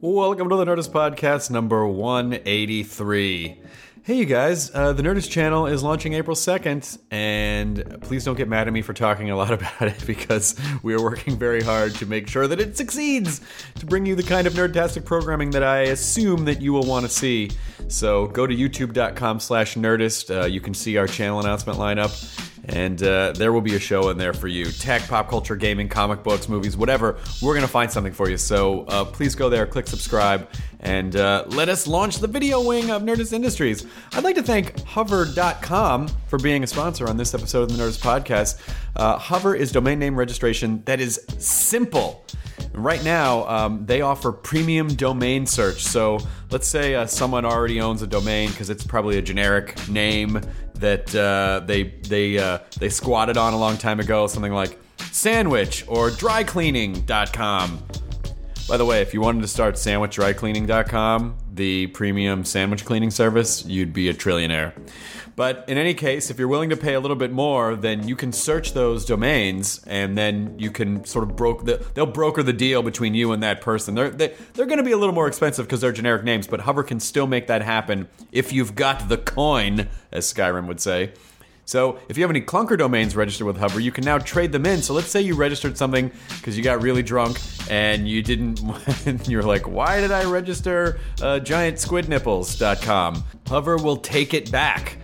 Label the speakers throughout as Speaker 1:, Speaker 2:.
Speaker 1: Welcome to the Nerdist Podcast number 183. Hey, you guys, uh, the Nerdist channel is launching April 2nd, and please don't get mad at me for talking a lot about it because we are working very hard to make sure that it succeeds to bring you the kind of nerdtastic programming that I assume that you will want to see. So go to youtube.com slash nerdist. Uh, you can see our channel announcement lineup. And uh, there will be a show in there for you. Tech, pop culture, gaming, comic books, movies, whatever. We're going to find something for you. So uh, please go there, click subscribe, and uh, let us launch the video wing of Nerdist Industries. I'd like to thank Hover.com for being a sponsor on this episode of the Nerdist Podcast. Uh, Hover is domain name registration that is simple. Right now, um, they offer premium domain search. So let's say uh, someone already owns a domain because it's probably a generic name that uh, they they uh, they squatted on a long time ago, something like sandwich or drycleaning.com. By the way, if you wanted to start sandwichdrycleaning.com, the premium sandwich cleaning service, you'd be a trillionaire. But in any case, if you're willing to pay a little bit more, then you can search those domains, and then you can sort of broke the, they'll broker the deal between you and that person. They're they, they're going to be a little more expensive because they're generic names, but Hover can still make that happen if you've got the coin, as Skyrim would say. So if you have any clunker domains registered with Hover, you can now trade them in. So let's say you registered something because you got really drunk and you didn't, and you're like, why did I register uh, giantsquidnipples.com? Hover will take it back.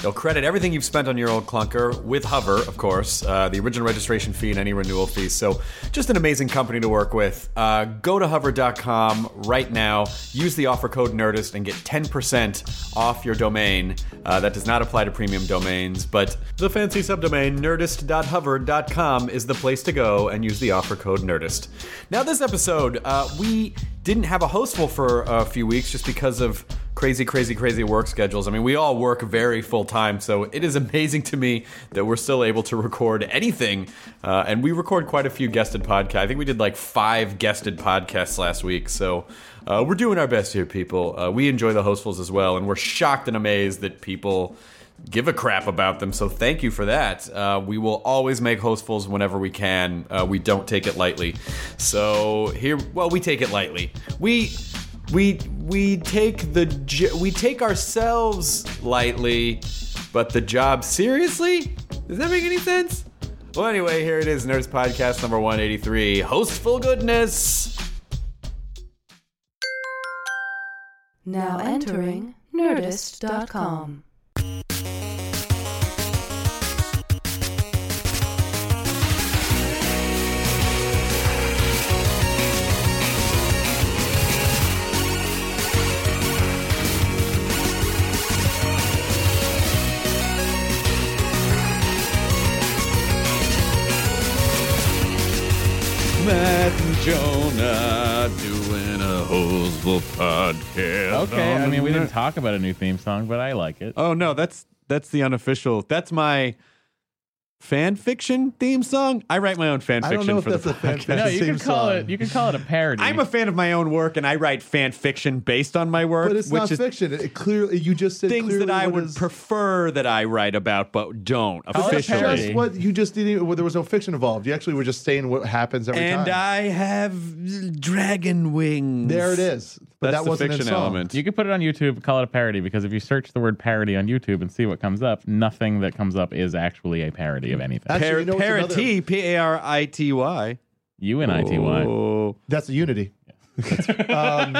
Speaker 1: They'll credit everything you've spent on your old clunker with Hover, of course, uh, the original registration fee and any renewal fee. So, just an amazing company to work with. Uh, go to hover.com right now, use the offer code Nerdist, and get 10% off your domain. Uh, that does not apply to premium domains, but the fancy subdomain nerdist.hover.com is the place to go and use the offer code Nerdist. Now, this episode, uh, we didn't have a hostful for a few weeks just because of crazy, crazy, crazy work schedules. I mean, we all work very full time, so it is amazing to me that we're still able to record anything. Uh, and we record quite a few guested podcasts. I think we did like five guested podcasts last week. So uh, we're doing our best here, people. Uh, we enjoy the hostfuls as well, and we're shocked and amazed that people give a crap about them. So thank you for that. Uh, we will always make hostfuls whenever we can. Uh, we don't take it lightly. So here, well, we take it lightly. We we we take the j- we take ourselves lightly, but the job seriously. Does that make any sense? Well, anyway, here it is, Nerds Podcast number 183, Hostful Goodness.
Speaker 2: Now entering Nerdist.com.
Speaker 1: Matt and Jonah doing a Hostful Podcast.
Speaker 3: Okay, I mean, we didn't talk about a new theme song, but I like it.
Speaker 1: Oh no, that's that's the unofficial. That's my fan fiction theme song. I write my own fan
Speaker 4: I
Speaker 1: fiction
Speaker 4: don't know if
Speaker 1: for
Speaker 4: that's
Speaker 1: the
Speaker 4: a fan
Speaker 1: podcast.
Speaker 4: fiction.
Speaker 3: No, you
Speaker 4: Same
Speaker 3: can call
Speaker 4: song.
Speaker 3: it. You can call it a parody.
Speaker 1: I'm a fan of my own work, and I write fan fiction based on my work,
Speaker 4: But it's
Speaker 1: which
Speaker 4: not
Speaker 1: is
Speaker 4: fiction. It clearly, you just said
Speaker 1: things
Speaker 4: clearly
Speaker 1: that I
Speaker 4: what
Speaker 1: would
Speaker 4: is-
Speaker 1: prefer that I write about, but don't
Speaker 3: How is it
Speaker 4: That's
Speaker 1: officially.
Speaker 3: parody?
Speaker 4: just what you just didn't. even- Well, there was no fiction involved. You actually were just saying what happens every
Speaker 1: And
Speaker 4: time.
Speaker 1: I have dragon wings.
Speaker 4: there it is. But
Speaker 1: That's
Speaker 4: that
Speaker 1: the
Speaker 4: wasn't in
Speaker 1: fiction
Speaker 4: song.
Speaker 1: element.
Speaker 3: You can put it on YouTube, call it a parody, because if you search the word parody on YouTube and see what comes up, nothing that comes up is actually a parody of anything.
Speaker 4: Actually,
Speaker 1: Par-
Speaker 4: you know what's another-
Speaker 1: parity, P A R I T Y.
Speaker 3: You and ITY.
Speaker 1: Oh.
Speaker 4: That's a unity. um,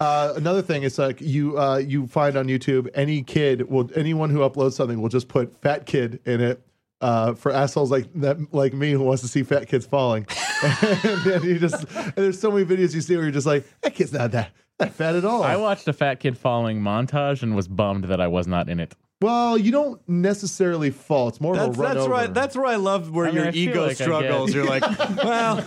Speaker 4: uh, another thing is like you uh, you find on YouTube any kid will anyone who uploads something will just put fat kid in it uh, for assholes like that like me who wants to see fat kids falling. and then you just and there's so many videos you see where you're just like that kid's not that that fat at all.
Speaker 3: I watched a fat kid falling montage and was bummed that I was not in it.
Speaker 4: well, you don't necessarily fall. It's more
Speaker 1: That's
Speaker 4: of a run
Speaker 1: that's
Speaker 4: over.
Speaker 1: right. That's where I love where
Speaker 3: I mean,
Speaker 1: your
Speaker 3: I feel
Speaker 1: ego
Speaker 3: like I get-
Speaker 1: struggles. You're like, well,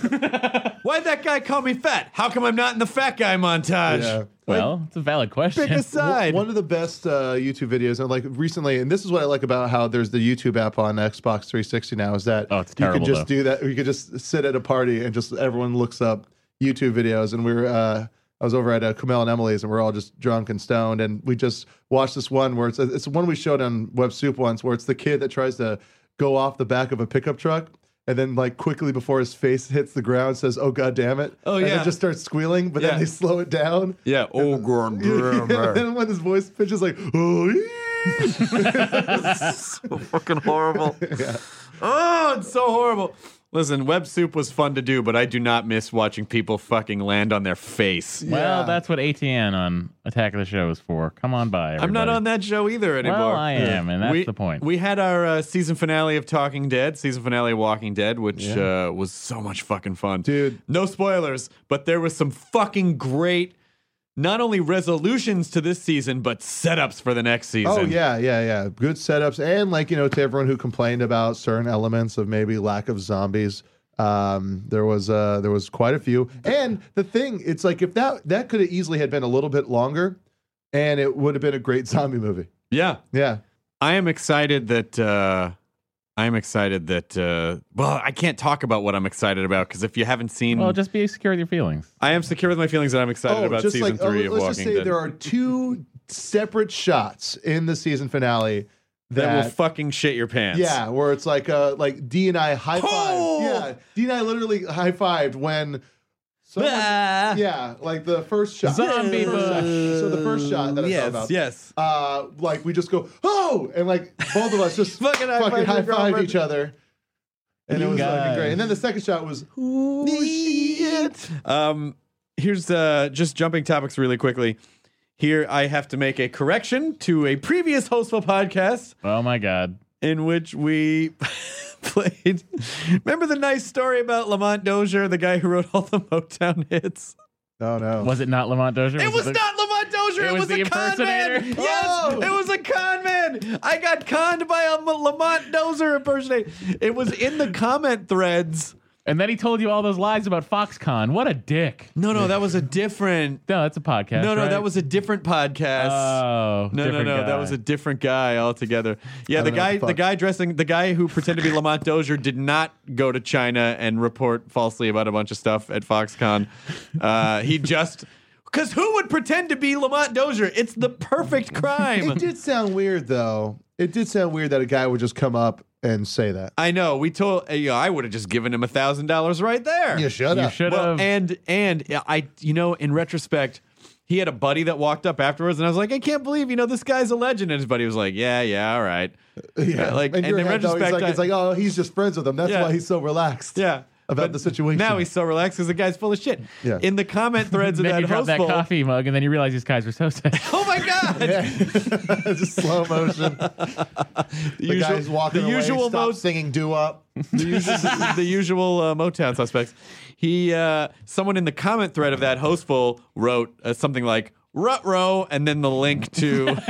Speaker 1: why'd that guy call me fat? How come I'm not in the fat guy montage?
Speaker 4: Yeah.
Speaker 3: Well, it's a valid question.
Speaker 1: Pick a side.
Speaker 4: One of the best uh, YouTube videos, and like recently, and this is what I like about how there's the YouTube app on Xbox 360 now is that
Speaker 3: Oh, it's
Speaker 4: you can
Speaker 3: terrible,
Speaker 4: just
Speaker 3: though.
Speaker 4: do that. You could just sit at a party and just everyone looks up YouTube videos. And we were, uh, I was over at uh, Kamel and Emily's, and we're all just drunk and stoned, and we just watched this one where it's it's one we showed on Web Soup once, where it's the kid that tries to go off the back of a pickup truck. And then, like quickly before his face hits the ground, says, "Oh God damn it!"
Speaker 1: Oh,
Speaker 4: and
Speaker 1: yeah.
Speaker 4: then just starts squealing. But
Speaker 1: Yeah.
Speaker 4: then they slow it down,
Speaker 1: Yeah. Oh, Gordon
Speaker 4: and
Speaker 1: Ramsay.
Speaker 4: then when his voice pitch is like, oh, ee."
Speaker 1: so fucking horrible. Oh, it's so horrible. Listen, web soup was fun to do, but I do not miss watching people fucking land on their face.
Speaker 3: well,
Speaker 4: Yeah.
Speaker 3: that's what ATN on Attack of the Show is for. Come on by. Everybody.
Speaker 1: I'm not on that show either anymore.
Speaker 3: Well, I am, and that's
Speaker 1: we,
Speaker 3: the point.
Speaker 1: We had our uh, season finale of Talking Dead, season finale of Walking Dead, which uh, was so much fucking fun.
Speaker 4: Dude.
Speaker 1: No spoilers, but there was some fucking great, not only resolutions to this season, but setups for the next season.
Speaker 4: oh yeah, yeah, yeah. Good setups, and like you know, to everyone who complained about certain elements of maybe lack of zombies, um, there was uh, there was quite a few. And the thing, it's like if that that could have easily had been a little bit longer, and it would have been a great zombie movie.
Speaker 1: Yeah.
Speaker 4: Yeah,
Speaker 1: I am excited that. Uh, I'm excited that uh, well, I can't talk about what I'm excited about because if you haven't seen,
Speaker 3: Well, just be secure with your feelings.
Speaker 1: I am secure with my feelings that I'm excited about season
Speaker 4: oh,
Speaker 1: three
Speaker 4: let's
Speaker 1: of
Speaker 4: just
Speaker 1: Walking
Speaker 4: say
Speaker 1: Dead.
Speaker 4: there are two separate shots in the season finale
Speaker 1: that,
Speaker 4: that
Speaker 1: will fucking shit your pants.
Speaker 4: Yeah, where it's like uh like D and I high five.
Speaker 1: Oh!
Speaker 4: Yeah, D and I literally high fived when. Someone,
Speaker 1: Ah.
Speaker 4: yeah, like the first shot.
Speaker 3: Zombie
Speaker 4: The first shot. So the first shot that I
Speaker 1: yes,
Speaker 4: saw about.
Speaker 1: yes.
Speaker 4: Uh, like we just go oh, and like both of us just
Speaker 1: Fucking
Speaker 4: fucking
Speaker 1: high-five your
Speaker 4: high five
Speaker 1: girlfriend.
Speaker 4: each other. And it
Speaker 3: You
Speaker 4: was fucking
Speaker 3: guys.
Speaker 4: great. And then the second shot was
Speaker 1: Um, here's uh, just jumping topics really quickly. Here, I have to make a correction to a previous Hostful podcast
Speaker 3: Oh my God.
Speaker 1: in which we played. Remember the nice story about Lamont Dozier, the guy who wrote all the Motown hits?
Speaker 4: oh no.
Speaker 3: Was it not Lamont Dozier?
Speaker 1: It was
Speaker 3: the-
Speaker 1: not Lamont Dozier. It,
Speaker 3: It was
Speaker 1: was,
Speaker 3: the
Speaker 1: a con man.
Speaker 3: impersonator?
Speaker 1: Yes,
Speaker 4: Oh!
Speaker 1: it was a con man. I got conned by a M- Lamont Dozier impersonator. It was in the comment threads.
Speaker 3: And then he told you all those lies about Foxconn. What a dick.
Speaker 1: No, no, that was a different.
Speaker 3: No, that's a podcast.
Speaker 1: no, no,
Speaker 3: right?
Speaker 1: that was a different podcast.
Speaker 3: Oh,
Speaker 1: no, no,
Speaker 3: different
Speaker 1: no, that
Speaker 3: guy.
Speaker 1: was a different guy altogether. Yeah, the
Speaker 4: don't know what
Speaker 1: guy,
Speaker 4: the
Speaker 1: the,
Speaker 4: fuck.
Speaker 1: guy dressing, the guy who pretended to be Lamont Dozier did not go to China and report falsely about a bunch of stuff at Foxconn. Uh, he just. Because who would pretend to be Lamont Dozier? It's the perfect crime.
Speaker 4: It did sound weird though. It did sound weird that a guy would just come up and say that.
Speaker 1: I know. We told. uh, You know, I would have just given him a thousand dollars right there.
Speaker 4: You shut
Speaker 3: You
Speaker 4: up.
Speaker 3: should
Speaker 1: Well,
Speaker 3: have.
Speaker 1: and and I, you know, in retrospect, he had a buddy that walked up afterwards, and I was like, I can't believe, you know, this guy's a legend. And his buddy was like, Yeah, yeah, all right.
Speaker 4: Yeah,
Speaker 1: like,
Speaker 4: in
Speaker 1: and
Speaker 4: your
Speaker 1: in
Speaker 4: head, though, he's
Speaker 1: retrospect,
Speaker 4: like,
Speaker 1: I-
Speaker 4: it's like, oh, he's just friends with them. That's
Speaker 1: Yeah.
Speaker 4: why he's so relaxed.
Speaker 1: Yeah.
Speaker 4: about the situation.
Speaker 1: Now he's so relaxed because the guy's full of shit.
Speaker 4: Yeah.
Speaker 1: In the comment threads of
Speaker 3: then
Speaker 1: that
Speaker 3: you drop
Speaker 1: host
Speaker 3: that
Speaker 1: bowl-
Speaker 3: coffee mug, and then you realize these guys were so sad.
Speaker 1: Oh my god!
Speaker 4: just slow motion. The
Speaker 1: The
Speaker 4: guy's walking
Speaker 1: the
Speaker 4: away.
Speaker 1: Usual
Speaker 4: stop
Speaker 1: most,
Speaker 4: singing "Do Up."
Speaker 1: the usual, the usual uh, Motown suspects. He, uh, someone in the comment thread of that hostful wrote uh, something like "rut row" and then the link to, and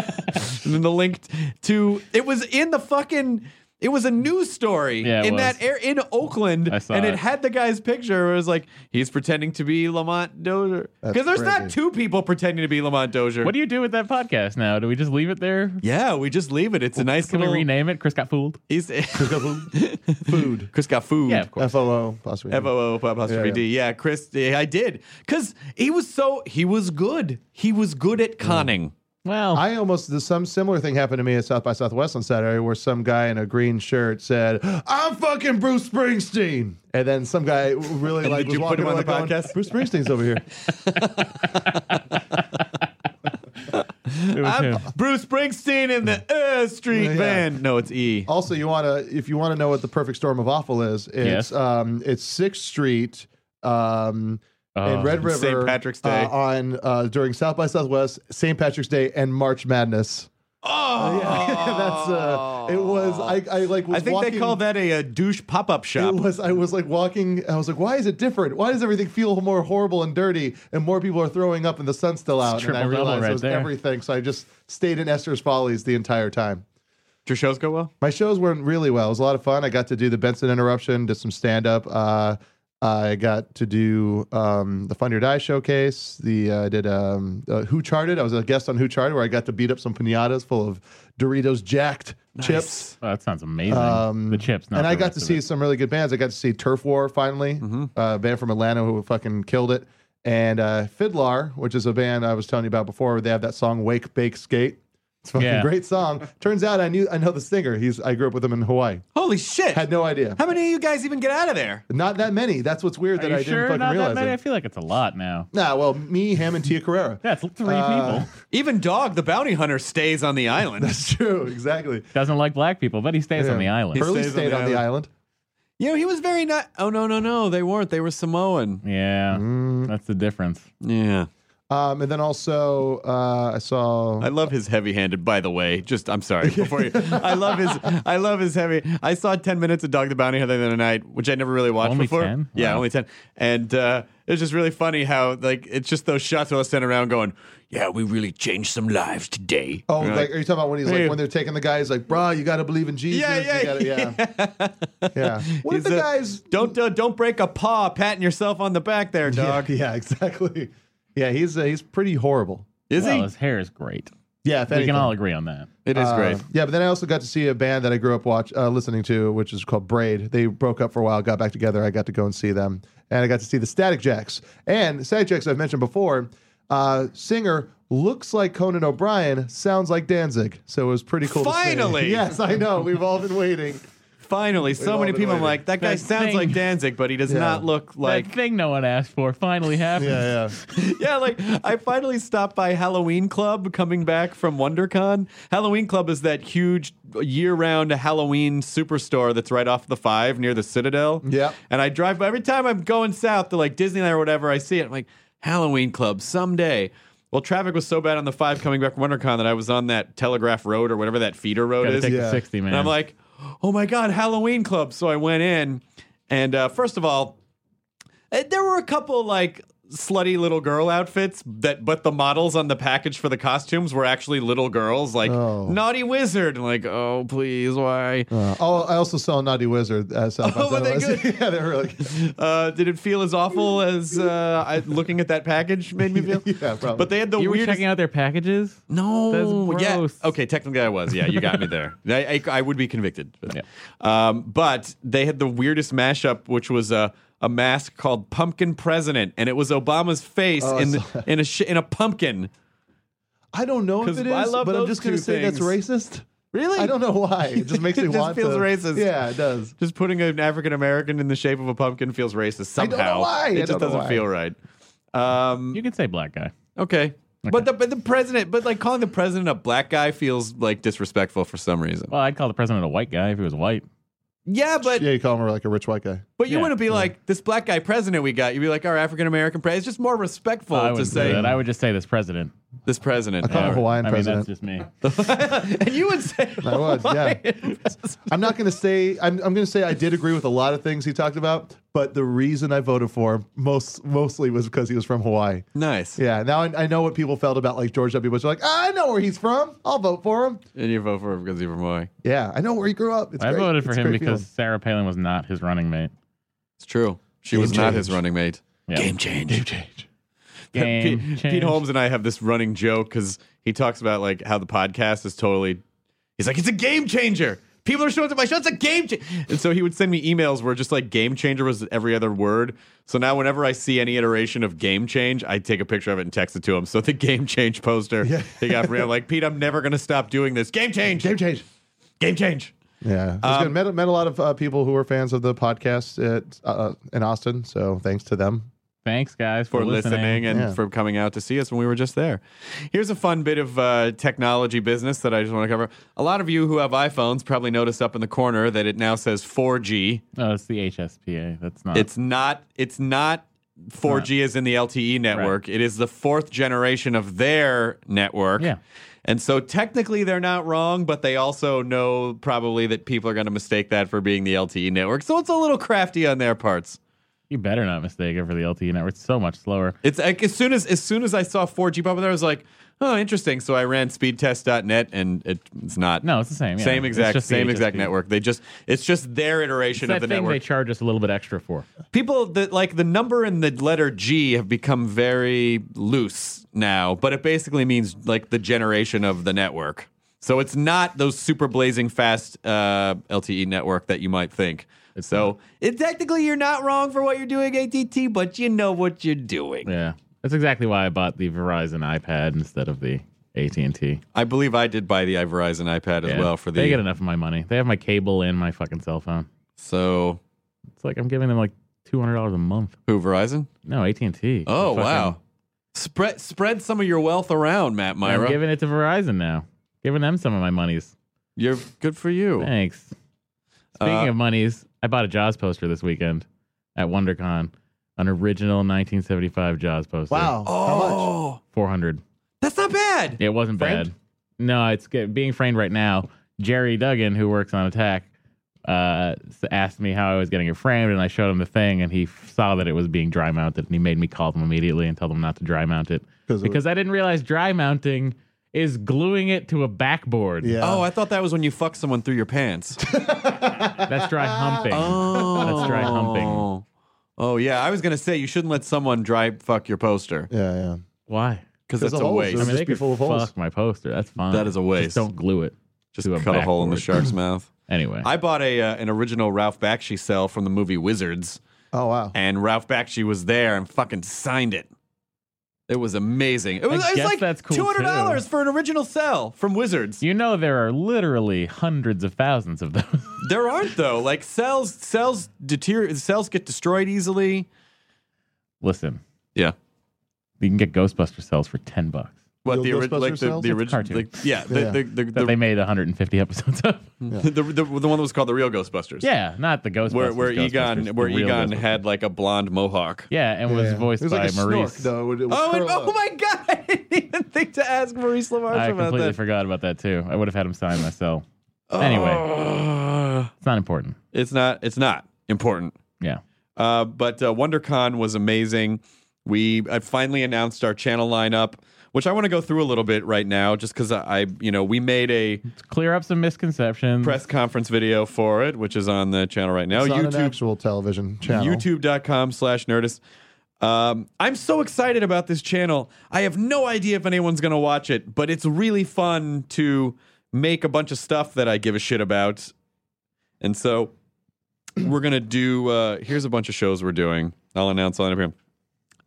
Speaker 1: then the link to. It was in the fucking. It was a news story
Speaker 3: Yeah, it
Speaker 1: in
Speaker 3: was.
Speaker 1: that air in Oakland,
Speaker 3: I saw
Speaker 1: and it.
Speaker 3: it.
Speaker 1: had the guy's picture. Where it was like he's pretending to be Lamont Dozier
Speaker 4: That's
Speaker 1: because there's not
Speaker 4: crazy.
Speaker 1: two people pretending to be Lamont Dozier.
Speaker 3: What do you do with that podcast now? Do we just leave it there?
Speaker 1: yeah, we just leave it. It's a nice
Speaker 3: Can we
Speaker 1: little.
Speaker 3: rename it? Chris got fooled.
Speaker 1: He's,
Speaker 4: Food.
Speaker 1: Chris got food.
Speaker 3: Yeah, of course.
Speaker 4: F O O possibly.
Speaker 1: F O O apostrophe
Speaker 4: Yeah, yeah.
Speaker 1: E D. Yeah, Chris, yeah, I did because he was so he was good. He was good at conning.
Speaker 3: Well,
Speaker 4: I almost the, some similar thing happened to me at South by Southwest on Saturday, where some guy in a green shirt said, "I'm fucking Bruce Springsteen," and then some guy really
Speaker 1: did
Speaker 4: like was
Speaker 1: you put
Speaker 4: walking
Speaker 1: him on
Speaker 4: away
Speaker 1: the
Speaker 4: going,
Speaker 1: podcast?
Speaker 4: Bruce Springsteen's over here.
Speaker 3: it was
Speaker 1: I'm
Speaker 3: him.
Speaker 1: Bruce Springsteen in the uh, Street
Speaker 4: Yeah. Oh,
Speaker 1: Band. No, it's E.
Speaker 4: Also, you want to if you want to know what the perfect storm of awful is, it's
Speaker 3: Yes.
Speaker 4: um, it's Sixth Street um,
Speaker 3: Oh,
Speaker 4: and Red River,
Speaker 1: St. Patrick's
Speaker 4: uh,
Speaker 1: Day.
Speaker 4: on uh, during South by Southwest, St. Patrick's Day, and March Madness.
Speaker 1: Oh,
Speaker 4: That's uh, it was I, I like was
Speaker 1: I think
Speaker 4: walking,
Speaker 1: they call that a, uh douche pop up shop.
Speaker 4: It was. I was like walking. I was like, why is it different? Why does everything feel more horrible and dirty, and more people are throwing up, and the sun's still out? And I
Speaker 3: triple double
Speaker 4: realized
Speaker 3: right
Speaker 4: it was
Speaker 3: there.
Speaker 4: everything. So I just stayed in Esther's Follies the entire time.
Speaker 1: Did your shows go well?
Speaker 4: My shows went really well. It was a lot of fun. I got to do the Benson interruption, did some stand up. Uh, I got to do um, the Fund Your Die showcase. The uh, I did um, uh, Who Charted. I was a guest on Who Charted, where I got to beat up some pinatas full of Doritos jacked chips.
Speaker 3: Oh, that sounds amazing.
Speaker 4: Um,
Speaker 3: the chips, not
Speaker 4: and I
Speaker 3: the
Speaker 4: got
Speaker 3: rest
Speaker 4: to
Speaker 3: of
Speaker 4: see
Speaker 3: it.
Speaker 4: some really good bands. I got to see Turf War finally,
Speaker 3: Mm-hmm.
Speaker 4: uh, a band from Atlanta who fucking killed it, and uh, Fiddlar, which is a band I was telling you about before. They have that song "Wake Bake Skate." It's a fucking
Speaker 3: Yeah.
Speaker 4: great song. Turns out I knew I know the singer. He's I grew up with him in Hawaii.
Speaker 1: Holy shit!
Speaker 4: Had no idea.
Speaker 1: How many of you guys even get out of there?
Speaker 4: Not that many. That's what's weird
Speaker 3: Are
Speaker 4: that
Speaker 3: you
Speaker 4: I didn't
Speaker 3: sure
Speaker 4: fucking
Speaker 3: not
Speaker 4: realize
Speaker 3: that many? I
Speaker 4: it.
Speaker 3: feel like it's a lot now.
Speaker 4: Nah, well, me, him, and Tia Carrera.
Speaker 3: That's three
Speaker 4: Uh,
Speaker 3: people.
Speaker 1: Even Dog the Bounty Hunter stays on the island.
Speaker 4: True, exactly.
Speaker 3: Doesn't like black people, but he stays on the
Speaker 4: Yeah.
Speaker 3: island.
Speaker 4: Hurley
Speaker 1: stays on
Speaker 4: stayed
Speaker 1: the
Speaker 4: on the island.
Speaker 1: you know, he was very not. Oh no, no, no, they weren't. They were Samoan.
Speaker 3: Yeah, that's the difference.
Speaker 1: Yeah,
Speaker 4: Um, and then also uh, I saw
Speaker 1: I love his heavy-handed. By the way, just I'm sorry. Before you, I love his. I love his heavy. I saw ten minutes of Dog the Bounty Hunter the other night, which I never really watched
Speaker 3: Only
Speaker 1: before.
Speaker 3: 10?
Speaker 1: Yeah,
Speaker 3: Wow.
Speaker 1: only ten. And uh, it's just really funny how like it's just those shots where I stand around going, "Yeah, we really changed some lives today."
Speaker 4: Oh,
Speaker 1: And you're
Speaker 4: like, are you talking about when he's
Speaker 1: Hey.
Speaker 4: like when they're taking the guy? He's like, "Bro, you got to believe in Jesus."
Speaker 1: Yeah,
Speaker 4: you
Speaker 1: yeah,
Speaker 4: gotta, yeah, yeah. What if
Speaker 1: He's
Speaker 4: the
Speaker 1: a-
Speaker 4: guys?
Speaker 1: Don't uh, don't break a paw patting yourself on the back there, dog.
Speaker 4: Yeah, yeah, exactly. Yeah, he's uh, he's pretty horrible.
Speaker 1: Is
Speaker 3: Well,
Speaker 1: he?
Speaker 3: his hair is great.
Speaker 4: Yeah, if
Speaker 3: We
Speaker 4: anything.
Speaker 3: can all agree on that.
Speaker 1: It is
Speaker 4: Uh,
Speaker 1: great.
Speaker 4: Yeah, but then I also got to see a band that I grew up watch uh, listening to, which is called Braid. They broke up for a while, got back together. I got to go and see them, and I got to see the Static Jacks. And the Static Jacks, I've mentioned before, uh, singer looks like Conan O'Brien, sounds like Danzig. So it was pretty cool. to see.
Speaker 1: Finally!
Speaker 4: yes, I know. We've all been waiting.
Speaker 1: Finally, so
Speaker 4: all
Speaker 1: many
Speaker 4: been
Speaker 1: people. I'm
Speaker 4: waiting.
Speaker 1: like, that guy
Speaker 3: That
Speaker 1: sounds
Speaker 3: thing-
Speaker 1: like Danzig, but he does
Speaker 4: Yeah.
Speaker 1: not look like.
Speaker 3: that thing no one asked for finally happened.
Speaker 4: Yeah, yeah.
Speaker 1: yeah, like I finally stopped by Halloween Club coming back from WonderCon. Halloween Club is that huge year-round Halloween superstore that's right off the five near the Citadel.
Speaker 4: Yep.
Speaker 1: And I drive by every time I'm going south to like Disneyland or whatever, I see it. I'm like, Halloween Club someday. Well, traffic was so bad on the five coming back from WonderCon that I was on that Telegraph Road or whatever that feeder road
Speaker 3: Gotta
Speaker 1: is.
Speaker 3: take
Speaker 4: Yeah.
Speaker 3: the sixty, man.
Speaker 1: And I'm like, oh my God, Halloween Club. So I went in. And uh, first of all, eh, there were a couple like slutty little girl outfits that, but the models on the package for the costumes were actually little girls, like
Speaker 4: Oh.
Speaker 1: Naughty Wizard. Like, oh, please, why?
Speaker 4: Uh, oh, I also saw Naughty Wizard. Uh, South by
Speaker 1: Oh, were they
Speaker 4: Southwest. yeah, they were like,
Speaker 1: Uh, did it feel as awful as uh, I, looking at that package made me feel?
Speaker 4: yeah, probably.
Speaker 1: But they had the
Speaker 3: you were
Speaker 1: weirdest.
Speaker 3: checking out their packages.
Speaker 1: No,
Speaker 3: That's gross.
Speaker 1: yeah. Okay, technically I was. Yeah, you got me there. I, I, I would be convicted. But,
Speaker 3: Yeah.
Speaker 1: um, but they had the weirdest mashup, which was a a mask called Pumpkin President, and it was Obama's face
Speaker 4: I
Speaker 1: in
Speaker 4: saw
Speaker 1: the,
Speaker 4: that.
Speaker 1: in a sh- in a pumpkin.
Speaker 4: I don't know if
Speaker 1: 'Cause
Speaker 4: it
Speaker 1: I
Speaker 4: is,
Speaker 1: love
Speaker 4: but I'm
Speaker 1: those
Speaker 4: just going
Speaker 1: two
Speaker 4: to say that's
Speaker 1: things.
Speaker 4: racist.
Speaker 1: Really?
Speaker 4: I don't know why. It just makes
Speaker 1: It
Speaker 4: me
Speaker 1: just
Speaker 4: want
Speaker 1: feels
Speaker 4: to-
Speaker 1: racist.
Speaker 4: Yeah, it does.
Speaker 1: Just putting an African American in the shape of a pumpkin feels racist
Speaker 4: I
Speaker 1: somehow.
Speaker 4: don't know why.
Speaker 1: It
Speaker 4: I
Speaker 1: just
Speaker 4: don't know
Speaker 1: doesn't
Speaker 4: why.
Speaker 1: feel right. Um,
Speaker 3: You could say black guy.
Speaker 1: okay. But the but the president, but like calling the president a black guy feels like disrespectful for some reason.
Speaker 3: Well, I'd call the president a white guy if he was white.
Speaker 1: Yeah, but
Speaker 4: yeah, you call him like a rich white guy.
Speaker 1: But you
Speaker 3: Yeah,
Speaker 1: wouldn't be like this black guy president we got. You'd be like our African American president. Oh, It's just more respectful
Speaker 3: I
Speaker 1: to
Speaker 3: wouldn't do
Speaker 1: say
Speaker 3: that. I would just say this president.
Speaker 1: this president.
Speaker 4: I call him Hawaiian
Speaker 3: I mean,
Speaker 4: president.
Speaker 3: that's just me.
Speaker 1: and you would say
Speaker 4: I would, yeah. I'm not going to say I'm, I'm going to say I did agree with a lot of things he talked about, but the reason I voted for him most mostly was because he was from Hawaii.
Speaker 1: Nice.
Speaker 4: Yeah, now I, I know what people felt about like George W. Bush. They're like, "Ah, I know where he's from. I'll vote for him.
Speaker 1: And you vote for him because you're from Hawaii.
Speaker 4: Yeah, I know where he grew up. It's
Speaker 3: I
Speaker 4: great.
Speaker 3: voted for
Speaker 4: It's a
Speaker 3: him
Speaker 4: great
Speaker 3: because
Speaker 4: feeling.
Speaker 3: Sarah Palin was not his running mate.
Speaker 1: It's true. She
Speaker 4: Game
Speaker 1: was not
Speaker 4: change.
Speaker 1: his running mate.
Speaker 3: Yeah.
Speaker 1: change.
Speaker 4: change.
Speaker 3: Game
Speaker 1: Pete, Pete
Speaker 3: change.
Speaker 1: Holmes and I have this running joke because he talks about like how the podcast is totally. He's like, it's a game changer. People are showing up to my show. It's a game changer. And so he would send me emails where just like game changer was every other word. So now whenever I see any iteration of game change, I take a picture of it and text it to him. So the game change poster he got for me, I'm like, Pete, I'm never gonna stop doing this. Game change.
Speaker 4: Game change.
Speaker 1: Game change.
Speaker 4: Yeah, it was
Speaker 3: Um,
Speaker 4: good. Met, met a lot of uh, people who were fans of the podcast at, uh, in Austin. So thanks to them.
Speaker 3: Thanks, guys, for,
Speaker 1: for listening, and
Speaker 4: Yeah.
Speaker 1: for coming out to see us when we were just there. Here's a fun bit of uh, technology business that I just want to cover. A lot of you who have iPhones probably noticed up in the corner that it now says 4G.
Speaker 3: Oh, it's the HSPA. That's not.
Speaker 1: It's not. It's not. 4G is in the LTE network. It is the fourth generation of their network.
Speaker 3: Yeah.
Speaker 1: And so technically they're not wrong, but they also know probably that people are going to mistake that for being the LTE network. So it's a little crafty on their parts.
Speaker 3: you better not mistake it for the LTE network. It's so much slower.
Speaker 1: It's like as soon as as soon as I saw 4G pop up there, I was like, oh, interesting. So I ran speedtest.net, and it, it's not
Speaker 3: No, it's the same. Yeah.
Speaker 1: same
Speaker 3: It's
Speaker 1: exact
Speaker 3: just the
Speaker 1: same exact
Speaker 3: HSPA.
Speaker 1: network. They just it's just their
Speaker 3: It's
Speaker 1: iteration
Speaker 3: that
Speaker 1: of the
Speaker 3: thing they
Speaker 1: network.
Speaker 3: charge us a little bit extra for.
Speaker 1: People that like the number and the letter G have become very loose now, but it basically means like the generation of the network. So it's not those super blazing fast uh, LTE network that you might think. so it, technically, you're not wrong for what you're doing, ATT, but you know what you're doing.
Speaker 3: Yeah, that's exactly why I bought the Verizon iPad instead of the AT and T.
Speaker 1: I believe I did buy the Verizon iPad as well for the
Speaker 3: they get enough of my money. They have my cable and my fucking cell phone.
Speaker 1: so
Speaker 3: It's like I'm giving them like two hundred dollars a month.
Speaker 1: who Verizon?
Speaker 3: No, AT and T.
Speaker 1: Oh wow, spread spread some of your wealth around, Matt
Speaker 3: I'm
Speaker 1: Myra.
Speaker 3: giving it to Verizon now. Giving them some of my monies.
Speaker 1: You're good for you.
Speaker 3: Thanks. Speaking
Speaker 1: Uh,
Speaker 3: of monies, I bought a Jaws poster this weekend at WonderCon. An original 1975 Jaws poster.
Speaker 4: Wow. How much?
Speaker 1: Oh,
Speaker 3: 400.
Speaker 1: that's not bad.
Speaker 3: It wasn't
Speaker 1: Framed?
Speaker 3: bad. No, it's good. being framed right now. Jerry Duggan, who works on Attack, uh, s- asked me how I was getting it framed, and I showed him the thing, and he f- saw that it was being dry mounted, and he made me call them immediately and tell them not to dry mount it
Speaker 4: 'Cause it-
Speaker 3: because I didn't realize dry mounting is gluing it to a backboard.
Speaker 4: Yeah.
Speaker 1: Oh, I thought that was when you fuck someone through your pants.
Speaker 3: that's dry humping.
Speaker 1: oh,
Speaker 3: That's dry humping.
Speaker 1: Oh yeah, I was gonna say you shouldn't let someone dry fuck your poster
Speaker 4: yeah, yeah.
Speaker 3: Why?
Speaker 1: because
Speaker 4: 'Cause
Speaker 1: that's
Speaker 4: the
Speaker 1: a
Speaker 4: holes
Speaker 1: waste.
Speaker 4: are-
Speaker 3: I mean,
Speaker 4: just
Speaker 3: they
Speaker 4: be
Speaker 3: could
Speaker 4: full of holes.
Speaker 3: fuck my poster. That's fine.
Speaker 1: That is a
Speaker 3: Just
Speaker 1: waste.
Speaker 3: don't glue it.
Speaker 1: Just
Speaker 3: to a
Speaker 1: cut a hole in the
Speaker 3: backboard.
Speaker 1: shark's mouth.
Speaker 3: Anyway,
Speaker 1: I bought a uh, an original Ralph Bakshi cell from the movie Wizards.
Speaker 4: Oh, wow.
Speaker 1: and Ralph Bakshi was there and fucking signed it. It was amazing. It was,
Speaker 3: I
Speaker 1: it was
Speaker 3: guess
Speaker 1: like
Speaker 3: that's cool,
Speaker 1: two hundred dollars
Speaker 3: too.
Speaker 1: for an original cell from Wizards.
Speaker 3: you know there are literally hundreds of thousands of those.
Speaker 1: There aren't though. Like cells, cells deteriorate. Cells get destroyed easily.
Speaker 3: Listen,
Speaker 1: Yeah.
Speaker 3: you can get Ghostbuster cells for ten bucks.
Speaker 1: What the,
Speaker 4: Real
Speaker 1: ori-
Speaker 4: Ghostbuster
Speaker 1: like the,
Speaker 4: cells?
Speaker 1: the
Speaker 4: It's
Speaker 1: original?
Speaker 3: cartoon.
Speaker 1: Like, yeah, the,
Speaker 4: Yeah.
Speaker 1: The, the,
Speaker 3: that
Speaker 1: the,
Speaker 3: they made 150 episodes of.
Speaker 1: the, the, the one that was called the real Ghostbusters.
Speaker 3: yeah, not the Ghostbusters.
Speaker 1: where where
Speaker 3: Ghostbusters,
Speaker 1: Egon
Speaker 3: the
Speaker 1: where
Speaker 3: real
Speaker 1: Egon
Speaker 3: Ghostbusters.
Speaker 1: had like a blonde mohawk.
Speaker 3: Yeah, and was
Speaker 4: Yeah.
Speaker 3: voiced
Speaker 4: It was
Speaker 3: by
Speaker 4: like a snork,
Speaker 3: Maurice.
Speaker 4: though. It would- it would
Speaker 1: Oh, and,
Speaker 4: curl
Speaker 1: oh
Speaker 4: up.
Speaker 1: my god! I didn't even think to ask Maurice LaMarche
Speaker 3: I
Speaker 1: about
Speaker 3: completely
Speaker 1: that.
Speaker 3: forgot about that too. I would have had him sign my cell.
Speaker 4: Oh.
Speaker 3: Anyway,
Speaker 1: Ugh.
Speaker 3: it's not important.
Speaker 1: Oh. it's not. It's not important.
Speaker 3: Yeah.
Speaker 1: Uh, but uh, WonderCon was amazing. We I finally announced our channel lineup, which I want to go through a little bit right now, just because I, I, you know, we made a
Speaker 3: Let's clear up some misconceptions.
Speaker 1: press conference video for it, which is on the channel right now.
Speaker 4: It's not an
Speaker 1: YouTube,
Speaker 4: actual television channel.
Speaker 1: YouTube.com slash Nerdist. Um, I'm so excited about this channel. I have no idea if anyone's going to watch it, but it's really fun to make a bunch of stuff that I give a shit about. And so we're going to do, uh, here's a bunch of shows we're doing. I'll announce on here.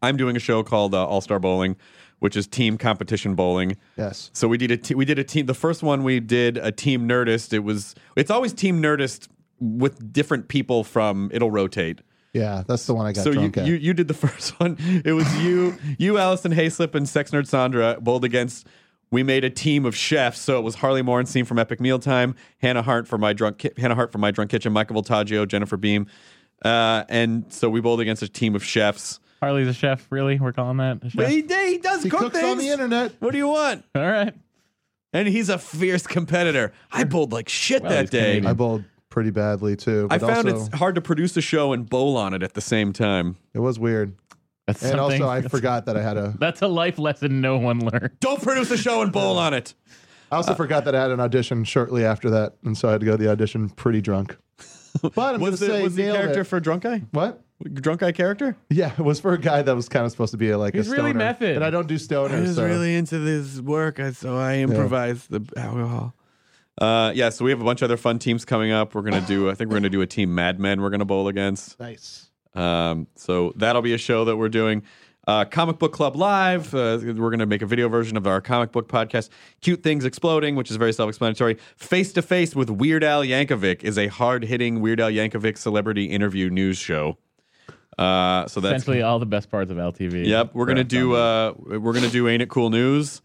Speaker 1: I'm doing a show called uh, All Star Bowling, which is team competition bowling.
Speaker 4: Yes.
Speaker 1: So we did a te- we did a team. The first one we did a team Nerdist. It was it's always team Nerdist with different people from. It'll rotate.
Speaker 4: Yeah, that's the one I got
Speaker 1: so you,
Speaker 4: drunk at.
Speaker 1: you you did the first one. It was you you Allison Hayslip and Sex Nerd Sandra bowled against. We made a team of chefs, so it was Harley Morenstein from Epic Mealtime, Hannah Hart for my drunk Ki- Hannah Hart from my drunk kitchen, Michael Voltaggio, Jennifer Beam, Uh, and so we bowled against a team of chefs.
Speaker 3: Harley's a chef, really? We're calling that a chef?
Speaker 1: But he, he does
Speaker 4: He
Speaker 1: cook
Speaker 4: cooks
Speaker 1: things.
Speaker 4: on the internet.
Speaker 1: What do you want?
Speaker 3: All right.
Speaker 1: And he's a fierce competitor. I bowled like shit
Speaker 3: Well,
Speaker 1: that
Speaker 3: he's
Speaker 1: day.
Speaker 3: Canadian.
Speaker 4: I bowled pretty badly too.
Speaker 1: I
Speaker 4: but
Speaker 1: found
Speaker 4: also,
Speaker 1: it's hard to produce a show and bowl on it at the same time.
Speaker 4: it was weird,
Speaker 3: That's
Speaker 4: and
Speaker 3: something.
Speaker 4: also I forgot that I had a.
Speaker 3: That's a life lesson no one learned.
Speaker 1: Don't produce a show and bowl on it.
Speaker 4: I also forgot that I had an audition shortly after that, and so I had to go to the audition pretty drunk. But I'm
Speaker 1: Was
Speaker 4: gonna
Speaker 1: the,
Speaker 4: say
Speaker 1: was the
Speaker 4: nailed
Speaker 1: character
Speaker 4: it.
Speaker 1: for drunk guy?
Speaker 4: what?
Speaker 1: Drunk guy character?
Speaker 4: Yeah, it was for a guy that was kind of supposed to be like
Speaker 3: He's
Speaker 4: a stoner,
Speaker 3: really method.
Speaker 4: and I don't do
Speaker 1: I
Speaker 4: stoners.
Speaker 1: was
Speaker 4: So.
Speaker 1: really into this work, I- so I improvised the alcohol. Uh, yeah, so we have a bunch of other fun teams coming up. We're gonna do, I think we're gonna do a team Mad Men. We're gonna bowl against.
Speaker 4: nice.
Speaker 1: Um, so that'll be a show that we're doing. Uh, comic Book Club Live. Uh, we're going to make a video version of our comic book podcast, Cute Things Exploding, which is very self explanatory. Face to Face with Weird Al Yankovic is a hard hitting Weird Al Yankovic celebrity interview news show. Uh, so that's
Speaker 3: Essentially, all the best parts of LTV.
Speaker 1: Yep, we're gonna
Speaker 3: wrapped
Speaker 1: do.
Speaker 3: on
Speaker 1: Uh, we're gonna do. Ain't it cool news?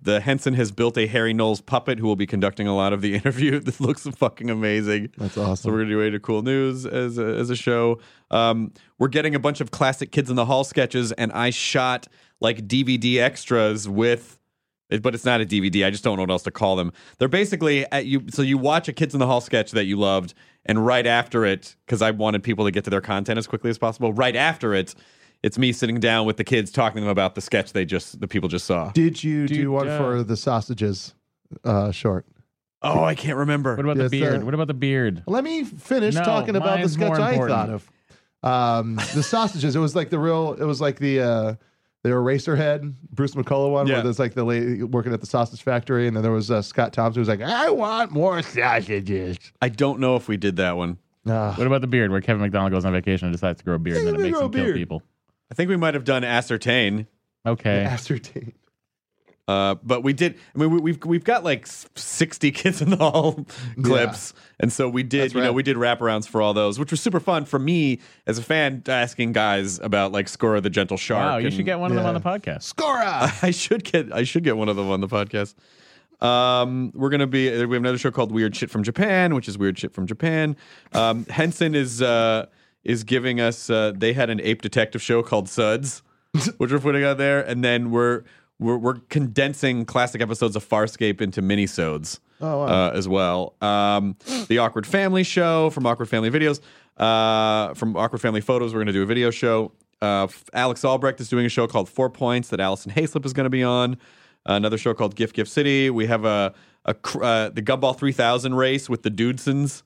Speaker 1: The Henson has built a Harry Knowles puppet who will be conducting a lot of the interview. This looks fucking amazing.
Speaker 4: That's
Speaker 1: So
Speaker 4: awesome.
Speaker 1: we're gonna do Ain't It Cool News as a, as a show. Um, we're getting a bunch of classic Kids in the Hall sketches, and I shot like DVD extras with. it- But it's not a DVD. I just don't know what else to call them. They're basically at you. So you watch a Kids in the Hall sketch that you loved, and right after it, because I wanted people to get to their content as quickly as possible. Right after it, it's me sitting down with the kids talking to them about the sketch they just the people just saw.
Speaker 4: Did you
Speaker 3: Dude,
Speaker 4: do one
Speaker 3: uh,
Speaker 4: for the sausages uh, short?
Speaker 1: Oh, I can't
Speaker 3: What
Speaker 1: remember.
Speaker 3: about
Speaker 4: Yes,
Speaker 3: the beard?
Speaker 4: sir.
Speaker 3: What about the beard?
Speaker 4: Let me finish
Speaker 3: No,
Speaker 4: talking about the
Speaker 3: mine's more
Speaker 4: sketch I
Speaker 3: important.
Speaker 4: thought of. Um, the sausages. It was like the real. It was like the uh, the eraser head Bruce McCullough one
Speaker 1: Yeah.
Speaker 4: where there's like the lady working at the sausage factory, and then there was uh, Scott Thompson who's like, "I want more sausages."
Speaker 1: I don't know if we did that one.
Speaker 4: Uh,
Speaker 3: What about the beard where Kevin McDonald goes on vacation and decides to grow a beard and then it
Speaker 4: Let me
Speaker 3: makes
Speaker 4: grow
Speaker 3: him
Speaker 4: a
Speaker 3: kill
Speaker 4: beard.
Speaker 3: people?
Speaker 1: I think we might have done ascertain.
Speaker 3: Okay.
Speaker 4: ascertain.
Speaker 1: Uh, but we did. I mean, we, we've we've got like s- sixty kids in the hall clips, and so we did.
Speaker 4: That's
Speaker 1: you know,
Speaker 4: rad.
Speaker 1: we did wraparounds for all those, which was super fun for me as a fan asking guys about like Score of the Gentle Shark.
Speaker 3: Wow, you
Speaker 1: and-
Speaker 3: should get one of them on
Speaker 4: Yeah.
Speaker 3: the podcast.
Speaker 4: Scora.
Speaker 1: I should get. I should get one of them on the podcast. Um, we're gonna be. We have another show called Weird Shit from Japan, which is Weird Shit from Japan. Um, Henson is uh, is giving us. Uh, they had an ape detective show called Suds, which we're putting out there, and then we're we're, we're condensing classic episodes of Farscape into minisodes.
Speaker 4: Oh, wow.
Speaker 1: uh, as well. Um, the Awkward Family Show from Awkward Family Videos. Uh, from Awkward Family Photos, we're going to do a video show. Uh, F- Alex Albrecht is doing a show called Four Points that Allison Hayslip is going to be on. Another show called Gift Gift City. We have a, a cr- uh, the Gumball 3000 race with the Dudesons,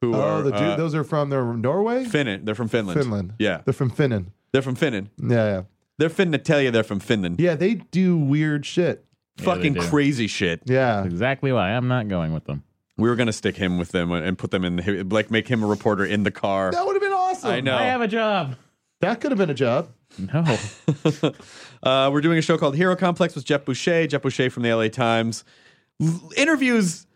Speaker 1: who
Speaker 4: Oh,
Speaker 1: are
Speaker 4: the dude,
Speaker 1: uh,
Speaker 4: those are from the Norway,
Speaker 1: Finnan. They're from Finland.
Speaker 4: Finland.
Speaker 1: Yeah,
Speaker 4: they're from Finland.
Speaker 1: they're from Finland.
Speaker 4: Yeah, yeah,
Speaker 1: They're Finn to tell you they're from Finland.
Speaker 4: yeah. They do weird shit.
Speaker 1: Fucking
Speaker 3: they do.
Speaker 1: crazy shit.
Speaker 4: Yeah,
Speaker 3: That's exactly why I'm not going with them.
Speaker 1: We were gonna stick him with them and put them in the, like make him a reporter in the car.
Speaker 4: that would have been awesome.
Speaker 1: I know.
Speaker 3: I have a job.
Speaker 4: That could have been a job.
Speaker 3: No.
Speaker 1: Uh, we're doing a show called Hero Complex with Jeff Boucher. Jeff Boucher from the LA Times L- interviews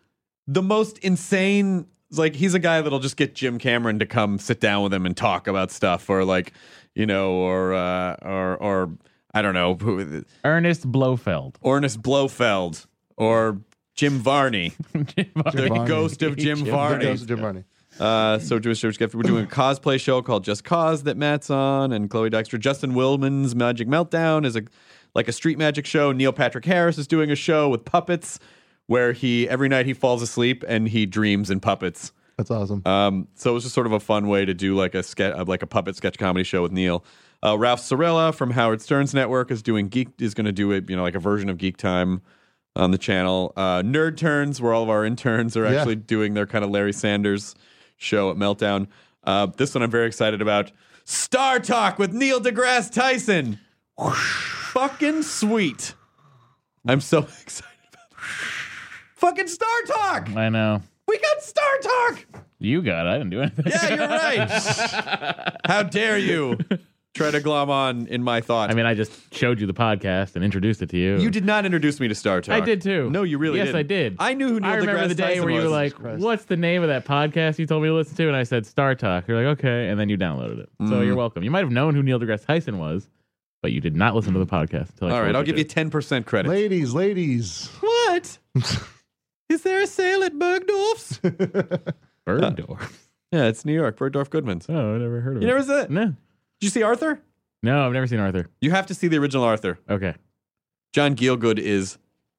Speaker 1: the most insane. Like he's a guy that'll just get Jim Cameron to come sit down with him and talk about stuff, or like you know, or uh, or or I don't know, who-
Speaker 3: Ernest Blofeld.
Speaker 1: Ornest Blofeld or Jim Varney, the
Speaker 4: Varney.
Speaker 1: ghost of Jim, Varney.
Speaker 4: The ghost of Jim Varney.
Speaker 1: Uh, so Jewish Jewish Gift. We're doing a cosplay show called Just Cause that Matt's on, and Chloe Dexter. Justin Willman's Magic Meltdown is a like a street magic show. Neil Patrick Harris is doing a show with puppets, where he every night he falls asleep and he dreams in puppets.
Speaker 4: That's awesome.
Speaker 1: Um, so it was just sort of a fun way to do like a sketch, uh, like a puppet sketch comedy show with Neil. Uh, Ralph Sorella from Howard Stern's network is doing Geek is going to do it, you know, like a version of Geek Time on the channel. Uh, Nerd Turns, where all of our interns are
Speaker 4: Yeah.
Speaker 1: actually doing their kind of Larry Sanders show at Meltdown. Uh, this one I'm very excited about. Star Talk with Neil deGrasse Tyson. Fucking sweet. I'm so excited about that. Fucking Star Talk.
Speaker 3: I know.
Speaker 1: We got Star Talk.
Speaker 3: You got it. I didn't do anything.
Speaker 1: Yeah, you're right. How dare you try to glom on in my thoughts?
Speaker 3: I mean, I just showed you the podcast and introduced it to you.
Speaker 1: you did not introduce me to Star Talk.
Speaker 3: I did too.
Speaker 1: No, you really
Speaker 3: Yes,
Speaker 1: didn't.
Speaker 3: I did.
Speaker 1: I knew who Neil
Speaker 3: I remember
Speaker 1: deGrasse
Speaker 3: the day
Speaker 1: Tyson
Speaker 3: where you were
Speaker 1: was.
Speaker 3: like, "What's the name of that podcast you told me to listen to?" And I said, "Star Talk." You're like, "Okay," and then you downloaded it. So
Speaker 1: Mm.
Speaker 3: you're welcome. You might have known who Neil deGrasse Tyson was, but you did not listen to the podcast until I
Speaker 1: All right,
Speaker 3: told
Speaker 1: I'll give
Speaker 3: to.
Speaker 1: you 10% credit.
Speaker 4: ladies, ladies.
Speaker 1: What? Is there a sale at Bergdorf's?
Speaker 3: Bergdorf.
Speaker 1: Yeah, it's New York. Bergdorf Goodman's. Did
Speaker 3: Oh, I never heard of
Speaker 1: You
Speaker 3: it.
Speaker 1: never saw it?
Speaker 3: No.
Speaker 1: you see Arthur?
Speaker 3: No, I've never seen Arthur.
Speaker 1: You have to see the original Arthur.
Speaker 3: Okay.
Speaker 1: John Gielgud is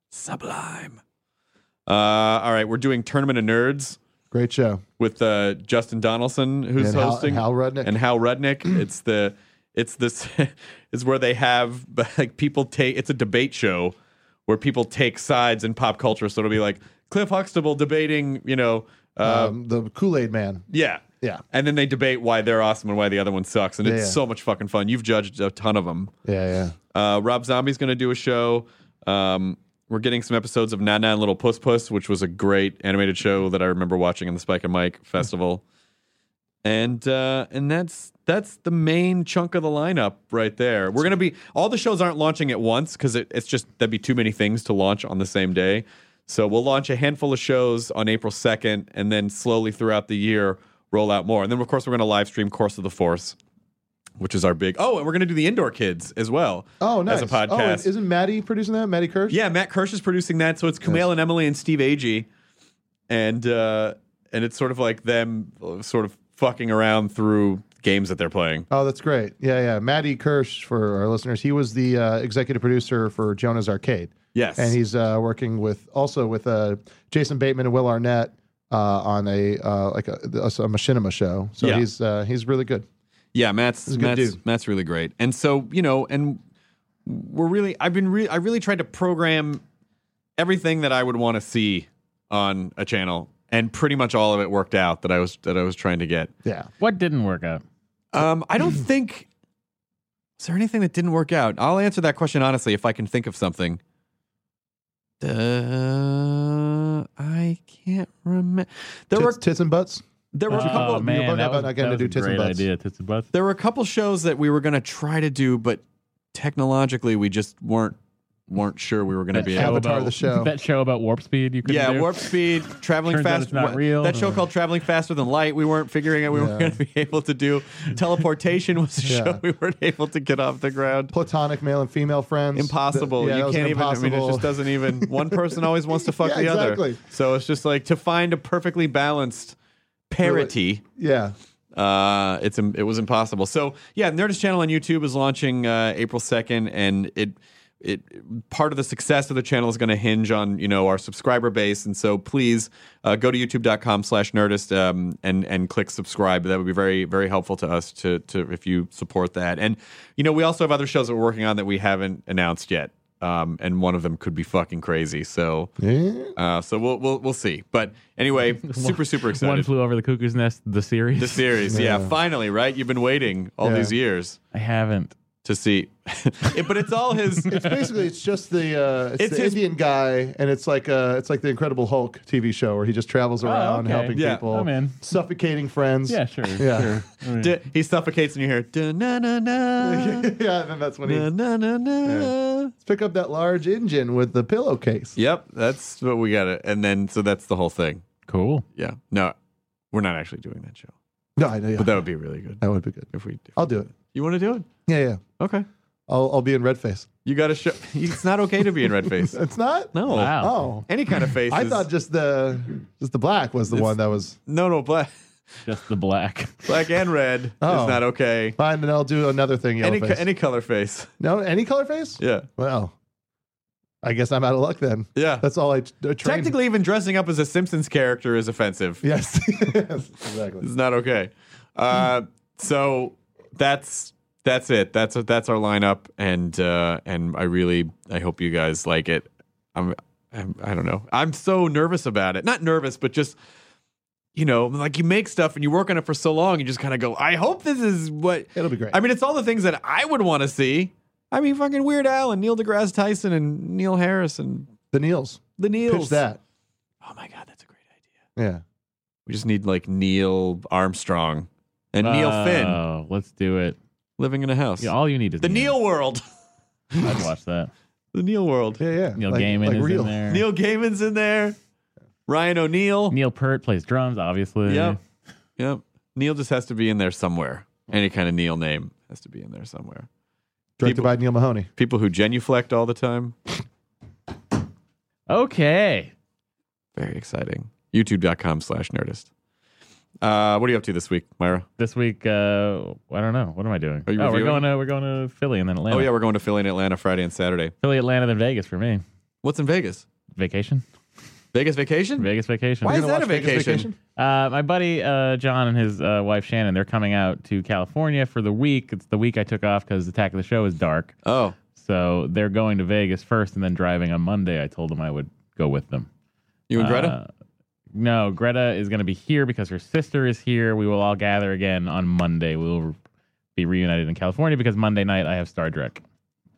Speaker 1: sublime. Uh, all right, we're doing Tournament of Nerds
Speaker 4: Great show.
Speaker 1: with uh, Justin Donaldson, who's
Speaker 4: and
Speaker 1: hosting,
Speaker 4: Hal, and Hal Rudnick.
Speaker 1: and Hal Rudnick. it's the it's this it's where they have like people take it's a debate show where people take sides in pop culture. So it'll be like Cliff Huxtable debating, you know, uh,
Speaker 4: um, the Kool Aid Man.
Speaker 1: yeah,
Speaker 4: Yeah.
Speaker 1: and then they debate why they're awesome and why the other one sucks, and
Speaker 4: Yeah,
Speaker 1: it's
Speaker 4: yeah.
Speaker 1: so much fucking fun. You've judged a ton of them.
Speaker 4: Yeah, yeah.
Speaker 1: Uh, Rob Zombie's going to do a show. Um, we're getting some episodes of Nana and Little Puss Puss, which was a great animated show that I remember watching in the Spike and Mike Festival. And uh, and that's that's the main chunk of the lineup right there. We're gonna be all the shows aren't launching at once because it, it's just that'd be too many things to launch on the same day. So we'll launch a handful of shows on April second, and then slowly throughout the year roll out more. And then of course we're gonna live stream Course of the Force, which is our big. Oh, and we're gonna do the Indoor Kids as well.
Speaker 4: Oh, nice.
Speaker 1: As a
Speaker 4: Oh, and
Speaker 1: podcast.
Speaker 4: isn't Maddie producing that? Maddie Kirsch?
Speaker 1: Yeah, Matt Kirsch is producing that, so it's Kumail and Emily and Steve Agee, and uh, and it's sort of like them uh, sort of fucking around through games that they're playing.
Speaker 4: Oh, that's great. Yeah, yeah. Maddie Kirsch, for our listeners, he was the uh, executive producer for Jonah's Arcade.
Speaker 1: Yes,
Speaker 4: And he's uh, working with also with uh, Jason Bateman and Will Arnett uh, on a uh, like a, a, a machinima show. So
Speaker 1: Yeah.
Speaker 4: he's uh, he's really good.
Speaker 1: yeah, Matt's
Speaker 4: a good
Speaker 1: Matt's,
Speaker 4: dude.
Speaker 1: Matt's really great, and so you know, and we're really I've been re- I really tried to program everything that I would want to see on a channel, and pretty much all of it worked out that I was that I was trying to get.
Speaker 4: Yeah.
Speaker 3: What didn't work out?
Speaker 1: Um, I don't think. Is there anything that didn't work out? I'll answer that question honestly if I can think of something. Uh, I can't remember. There
Speaker 4: Tits,
Speaker 1: were
Speaker 4: tits and butts.
Speaker 1: there were a couple.
Speaker 3: Oh,
Speaker 4: we were
Speaker 3: man,
Speaker 4: bummed
Speaker 3: that
Speaker 4: out
Speaker 3: was,
Speaker 4: about not getting
Speaker 3: that
Speaker 4: to
Speaker 3: was
Speaker 4: do tits
Speaker 3: a
Speaker 4: and
Speaker 3: great
Speaker 4: butts.
Speaker 3: idea. Tits and butts.
Speaker 1: There were a couple shows that we were gonna try to do, but technologically we just weren't weren't sure we were gonna
Speaker 3: That
Speaker 1: be
Speaker 3: show
Speaker 1: able.
Speaker 4: Avatar
Speaker 3: about-
Speaker 4: the show.
Speaker 3: That show about warp speed. You could
Speaker 1: Yeah,
Speaker 3: do.
Speaker 1: warp speed, traveling
Speaker 3: Turns out
Speaker 1: fast.
Speaker 3: it's not
Speaker 1: wha-
Speaker 3: real.
Speaker 1: That show called Traveling Faster Than Light. We weren't figuring it. We weren't
Speaker 4: Yeah.
Speaker 1: going to be able to do. Teleportation was a
Speaker 4: Yeah.
Speaker 1: show we weren't able to get off the ground.
Speaker 4: Platonic male and female friends.
Speaker 1: impossible.
Speaker 4: Th- yeah, that
Speaker 1: you
Speaker 4: was
Speaker 1: can't
Speaker 4: an
Speaker 1: even. I mean, it
Speaker 4: impossible-
Speaker 1: just doesn't even. One person always wants to fuck
Speaker 4: Yeah,
Speaker 1: the other.
Speaker 4: exactly.
Speaker 1: So it's just like to find a perfectly balanced parity.
Speaker 4: Yeah.
Speaker 1: Uh, it's im- it was impossible. So yeah, Nerdist channel on YouTube is launching uh, April second, and it it part of the success of the channel is going to hinge on you know our subscriber base, and so please uh, go to YouTube.com/Nerdist um, and and click subscribe. That would be very very helpful to us to to if you support that. And you know we also have other shows that we're working on that we haven't announced yet, um, and one of them could be fucking crazy. So.
Speaker 4: Yeah.
Speaker 1: Uh, so we'll, we'll we'll see, but anyway, super super excited.
Speaker 3: One flew over the cuckoo's nest. The series.
Speaker 1: The series, yeah. Finally, right? You've been waiting all
Speaker 4: Yeah.
Speaker 1: these years
Speaker 3: I haven't.
Speaker 1: to see. It- but it's all his.
Speaker 4: It's basically it's just the uh, it's,
Speaker 1: It's
Speaker 4: the
Speaker 1: his-
Speaker 4: Indian guy, and it's like uh, it's like the Incredible Hulk TV show where he just travels around
Speaker 3: okay.
Speaker 4: helping
Speaker 1: Yeah.
Speaker 4: people,
Speaker 3: I'm in.
Speaker 4: suffocating friends.
Speaker 3: Yeah, sure.
Speaker 4: Yeah.
Speaker 3: sure. I mean,
Speaker 1: d- he suffocates and you hear na na na
Speaker 4: yeah, and then that's when he
Speaker 1: na
Speaker 4: let
Speaker 1: na na na.
Speaker 4: pick up that large engine with the pillowcase.
Speaker 1: Yep, that's what we got. And then so that's the whole thing.
Speaker 3: Cool.
Speaker 1: Yeah. No, we're not actually doing that show,
Speaker 4: No, I know. Yeah.
Speaker 1: but that would be really good
Speaker 4: that would be good.
Speaker 1: if we. If
Speaker 4: I'll do it.
Speaker 1: you want to do it?
Speaker 4: Yeah, yeah.
Speaker 1: Okay.
Speaker 4: I'll I'll be in red face.
Speaker 1: You got to show. It's not okay to be in red face.
Speaker 4: It's not.
Speaker 1: No.
Speaker 3: Wow.
Speaker 4: Oh,
Speaker 1: Any kind of face.
Speaker 4: I
Speaker 1: is-
Speaker 4: thought just the just the black was the one that was
Speaker 1: no, no black,
Speaker 3: Just the black.
Speaker 1: black and red
Speaker 4: Oh.
Speaker 1: is not okay.
Speaker 4: fine. And I'll do another thing. Yellow
Speaker 1: Any co-
Speaker 4: face.
Speaker 1: any color face.
Speaker 4: no, any color face.
Speaker 1: Yeah.
Speaker 4: Well, I guess I'm out of luck then.
Speaker 1: Yeah.
Speaker 4: That's all I t- trained.
Speaker 1: Technically, even dressing up as a Simpsons character is offensive.
Speaker 4: Yes. yes. Exactly.
Speaker 1: It's not okay. Uh, so that's that's it. That's that's our lineup, and uh, and I really I hope you guys like it. I'm, I'm I don't know. I'm so nervous about it. Not nervous, but just you know, like you make stuff and you work on it for so long, you just kind of go. I hope this is what.
Speaker 4: It'll be great.
Speaker 1: I mean, it's all the things that I would want to see. I mean, fucking Weird Al and Neil deGrasse Tyson and Neil Harris and
Speaker 4: the Neils.
Speaker 1: the Neils.
Speaker 4: Pitch that.
Speaker 1: Oh my god, that's a great idea.
Speaker 4: Yeah.
Speaker 1: We just need like Neil Armstrong and Neil Finn
Speaker 3: Oh, let's do it.
Speaker 1: living in a house.
Speaker 3: Yeah, all you need is
Speaker 1: the Neil world.
Speaker 3: I'd watch that.
Speaker 1: the Neil world.
Speaker 4: Yeah. Yeah.
Speaker 3: Neil
Speaker 4: Like-
Speaker 3: Gaiman
Speaker 4: like
Speaker 3: is
Speaker 4: real.
Speaker 3: in there.
Speaker 1: Neil Gaiman's in there. Ryan O'Neill.
Speaker 3: Neil Peart plays drums, obviously.
Speaker 1: Yep. Yep. Neil just has to be in there somewhere. Any kind of Neil name has to be in there somewhere.
Speaker 4: Directed
Speaker 1: People-
Speaker 4: by Neil Mahoney.
Speaker 1: People who genuflect all the time.
Speaker 3: Okay.
Speaker 1: Very exciting. YouTube.com slash nerdist. Uh, what are you up to this week, Myra?
Speaker 3: This week, uh, I don't know. What am I doing?
Speaker 1: Are you
Speaker 3: oh, we're
Speaker 1: reviewing?
Speaker 3: going to we're going to Philly and then Atlanta.
Speaker 1: Oh yeah, we're going to Philly and Atlanta Friday and Saturday.
Speaker 3: Philly, Atlanta, then Vegas for me.
Speaker 1: What's in Vegas?
Speaker 3: Vacation,
Speaker 1: Vegas vacation?
Speaker 3: Vegas vacation.
Speaker 1: Why is
Speaker 4: Gonna
Speaker 1: that a
Speaker 4: watch Vegas
Speaker 1: vacation?
Speaker 3: Uh, my buddy uh, John and his uh, wife Shannon, they're coming out to California for the week. It's the week I took off because Attack of the Show is dark.
Speaker 1: Oh,
Speaker 3: So they're going to Vegas first and then driving on Monday. I told them I would go with them.
Speaker 1: you and Greta?
Speaker 3: Uh, no, Greta is going to be here because her sister is here. We will all gather again on Monday. We will be reunited in California because Monday night I have Star Trek.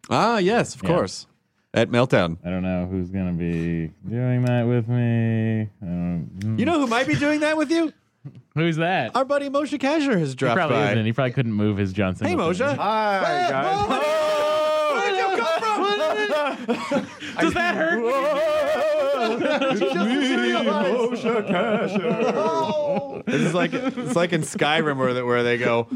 Speaker 1: ah, yes, of
Speaker 3: yeah.
Speaker 1: course. At Meltdown.
Speaker 3: I don't know who's going to be doing that with me. I don't- hmm.
Speaker 1: You know who might be doing that with you?
Speaker 3: who's that?
Speaker 1: Our buddy Moshe Kasher has
Speaker 3: He
Speaker 1: dropped
Speaker 3: probably
Speaker 1: by.
Speaker 3: isn't. He probably couldn't move his Johnson.
Speaker 1: Hey, Moshe.
Speaker 4: Hi, guys.
Speaker 1: Where did you come from?
Speaker 3: Does that hurt?
Speaker 1: This is like it's like in Skyrim where they, where they go.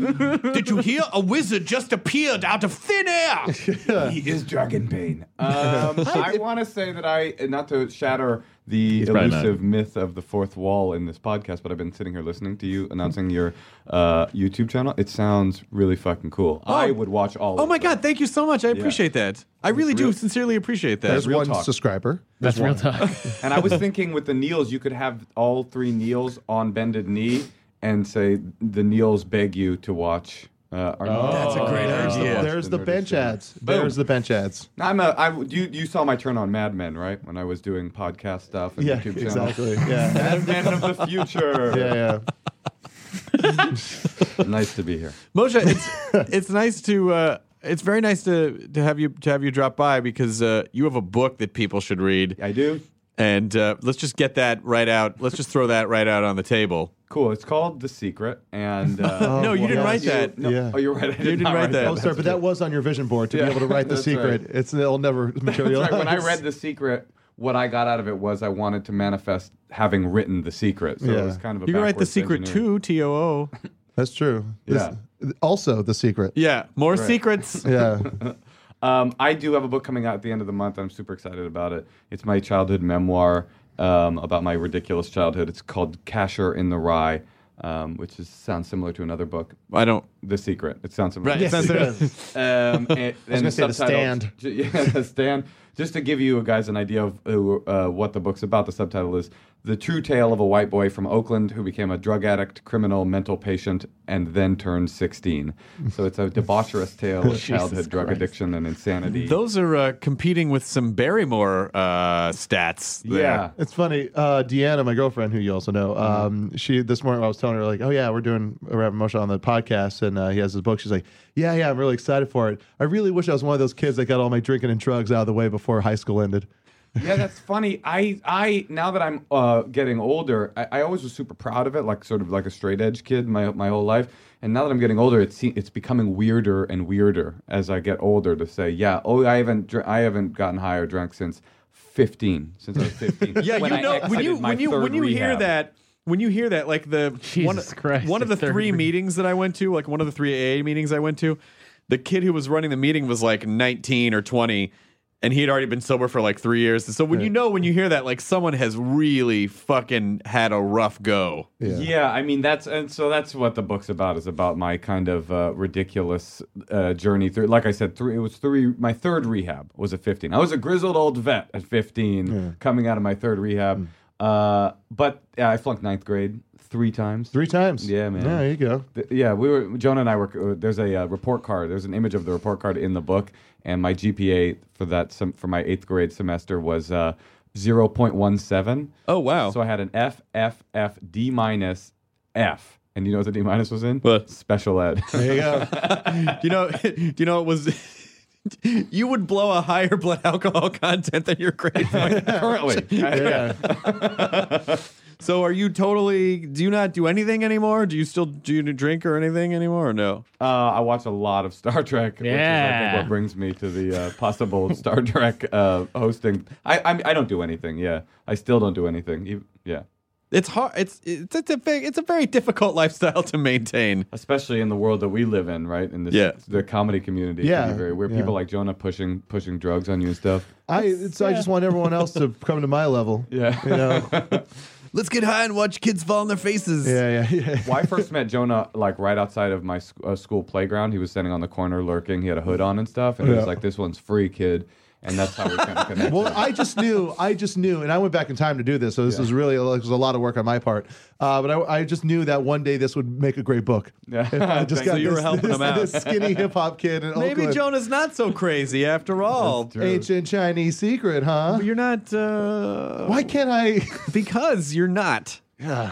Speaker 1: Did you hear? A wizard just appeared out of thin air.
Speaker 5: He is dragon pain. Um, I want to say that I, not to shatter the
Speaker 3: probably not.
Speaker 5: elusive myth of the fourth wall in this podcast, but I've been sitting here listening to you announcing your uh, YouTube channel. It sounds really fucking cool. I would watch all.
Speaker 1: Oh
Speaker 5: of
Speaker 1: my
Speaker 5: it.
Speaker 1: god! Thank you so much. I appreciate that. I really do
Speaker 5: Real-
Speaker 1: sincerely appreciate that.
Speaker 4: There's
Speaker 5: real
Speaker 4: one
Speaker 5: talk.
Speaker 4: subscriber.
Speaker 3: That's real talk.
Speaker 5: And I was thinking with the Neils, you could have all three Neils on bended knee and say the Neils beg you to watch. Uh,
Speaker 4: Oh,
Speaker 5: our That's
Speaker 1: a great idea.
Speaker 4: There's the bench ads. There's the bench ads.
Speaker 5: I'm a. I you you saw my turn on Mad Men right when I was doing podcast stuff and
Speaker 4: Yeah,
Speaker 5: YouTube channel.
Speaker 4: exactly. Yeah.
Speaker 5: Mad Men of the future.
Speaker 4: Yeah, yeah.
Speaker 5: Nice to be here.
Speaker 1: Moshe, it's it's nice to uh, it's very nice to to have you to have you drop by because uh, you have a book that people should read,
Speaker 5: I do.
Speaker 1: and uh, let's just get that right out. Let's just throw that right out on the table.
Speaker 5: Cool. It's called The Secret. And uh,
Speaker 1: No, you didn't
Speaker 5: yes,
Speaker 1: write
Speaker 5: you-
Speaker 1: that.
Speaker 5: no-
Speaker 4: Oh, Yeah.
Speaker 5: Oh, you're right. I did
Speaker 1: didn't
Speaker 5: not
Speaker 1: write that.
Speaker 4: Oh, sorry, but that was on your vision board to be able to write the
Speaker 5: That's right.
Speaker 4: secret. It's it'll never materialize.
Speaker 5: That's right. When I read The Secret, what I got out of it was I wanted to manifest having written The Secret. So it
Speaker 4: Yeah.
Speaker 5: was kind of a
Speaker 1: You can write the
Speaker 5: backwards
Speaker 1: secret
Speaker 5: engineering.
Speaker 1: too, T O O.
Speaker 4: That's true.
Speaker 5: Yeah.
Speaker 4: This- also, the secret.
Speaker 1: Yeah, more secrets.
Speaker 4: Yeah.
Speaker 5: Um, I do have a book coming out at the end of the month. I'm super excited about it. It's my childhood memoir um, about my ridiculous childhood. It's called Casher in the Rye, um, which is, sounds similar to another book,
Speaker 1: I don't.
Speaker 5: The Secret. It sounds similar.
Speaker 1: Right.
Speaker 5: to
Speaker 1: Yes. Sounds similar.
Speaker 5: um, and, and
Speaker 4: gonna say The
Speaker 5: subtitle-
Speaker 4: Stand.
Speaker 5: J- yeah, the stand. Just to give you guys an idea of uh, uh, what the book's about, the subtitle is "The True Tale of a White Boy from Oakland Who Became a Drug Addict, Criminal, Mental Patient, and Then Turned 16." So it's a debaucherous tale of childhood drug addiction and insanity.
Speaker 1: Those are uh, competing with some Barrymore uh, stats. there.
Speaker 5: yeah.
Speaker 4: It's funny. Uh, Deanna, my girlfriend, who you also know, um, she this morning I was telling her like, "Oh yeah, we're doing we're having Moshe on the podcast, and uh, he has his book." She's like, "Yeah, yeah, I'm really excited for it. I really wish I was one of those kids that got all my drinking and drugs out of the way before high school ended."
Speaker 5: yeah, that's funny. I I now that I'm uh, getting older, I, I always was super proud of it, like sort of like a straight edge kid my my whole life. And now that I'm getting older, it's se- it's becoming weirder and weirder as I get older to say, yeah, oh, I haven't dr- I haven't gotten high or drunk since 15, since I was 15.
Speaker 1: Yeah,
Speaker 5: When
Speaker 1: you
Speaker 5: I
Speaker 1: know when
Speaker 5: exited
Speaker 1: you
Speaker 5: my
Speaker 1: when you
Speaker 5: third
Speaker 1: when you hear
Speaker 5: rehab.
Speaker 1: that when you hear that like the one,
Speaker 3: Jesus Christ,
Speaker 1: one of
Speaker 3: the
Speaker 1: the
Speaker 3: third
Speaker 1: three
Speaker 3: re-
Speaker 1: meetings that I went to, like one of the three AA meetings I went to, the kid who was running the meeting was like 19 or 20 and he had already been sober for like 3 years. And so when you know when you hear that like someone has really fucking had a rough go.
Speaker 4: Yeah.
Speaker 5: Yeah, I mean that's and so that's what the book's about is about my kind of uh, ridiculous uh, journey through. Like I said, three it was three. My third rehab was at fifteen. I was a grizzled old vet at fifteen, coming out of my third rehab.
Speaker 4: Mm.
Speaker 5: Uh, but yeah, I flunked ninth grade three times.
Speaker 4: Three times.
Speaker 5: Yeah, man.
Speaker 4: There you go.
Speaker 5: Th- Yeah, we were. Jonah and I were. Uh, there's a uh, report card. There's an image of the report card in the book, and my GPA for that sem- for my eighth grade semester was uh, zero point one seven.
Speaker 1: Oh wow.
Speaker 5: So I had an F, F, F, D minus, F. And you know what the D minus was in?
Speaker 1: What?
Speaker 5: Special ed.
Speaker 4: There you go.
Speaker 1: do you know do you know it was you would blow a higher blood alcohol content than your grade point.
Speaker 5: Currently. yeah.
Speaker 1: So are you totally do you not do anything anymore? Do you still do you drink or anything anymore or no?
Speaker 5: Uh, I watch a lot of Star Trek, which is I
Speaker 3: Yeah.
Speaker 5: think what brings me to the uh, possible Star Trek uh, hosting. I, I I don't do anything. Yeah, I still don't do anything. You- Yeah,
Speaker 1: It's hard it's it's it's a very, it's a very difficult lifestyle to maintain.
Speaker 5: especially in the world that we live in, right? In this,
Speaker 1: Yeah.
Speaker 5: the comedy community. it can
Speaker 4: Yeah,
Speaker 5: be very weird.
Speaker 4: yeah.
Speaker 5: People like Jonah pushing pushing drugs on you and stuff.
Speaker 4: I so I just want everyone else to come to my level.
Speaker 5: Yeah.
Speaker 4: You know,
Speaker 1: Let's get high and watch kids fall on their faces.
Speaker 4: Yeah, yeah, yeah.
Speaker 5: Well, I first met Jonah like right outside of my sc- uh, school playground. He was standing on the corner lurking. He had a hood on and stuff, and he
Speaker 4: Yeah.
Speaker 5: was like, "This one's free, kid," and that's how we kind of connected.
Speaker 4: Well, I just knew, I just knew, and I went back in time to do this. So this was really like, it was a lot of work on my part. Uh, but I, I just knew that one day this would make a great book.
Speaker 5: Yeah.
Speaker 4: If I just
Speaker 5: So
Speaker 4: got
Speaker 1: you were
Speaker 4: this-
Speaker 1: helping
Speaker 4: this-
Speaker 1: him out.
Speaker 4: This skinny hip hop kid in
Speaker 1: Maybe
Speaker 4: Oakland.
Speaker 1: Jonah's not so crazy after all.
Speaker 4: Ancient Chinese secret, huh?
Speaker 1: You're not. Uh,
Speaker 4: Why can't I?
Speaker 1: Because you're not.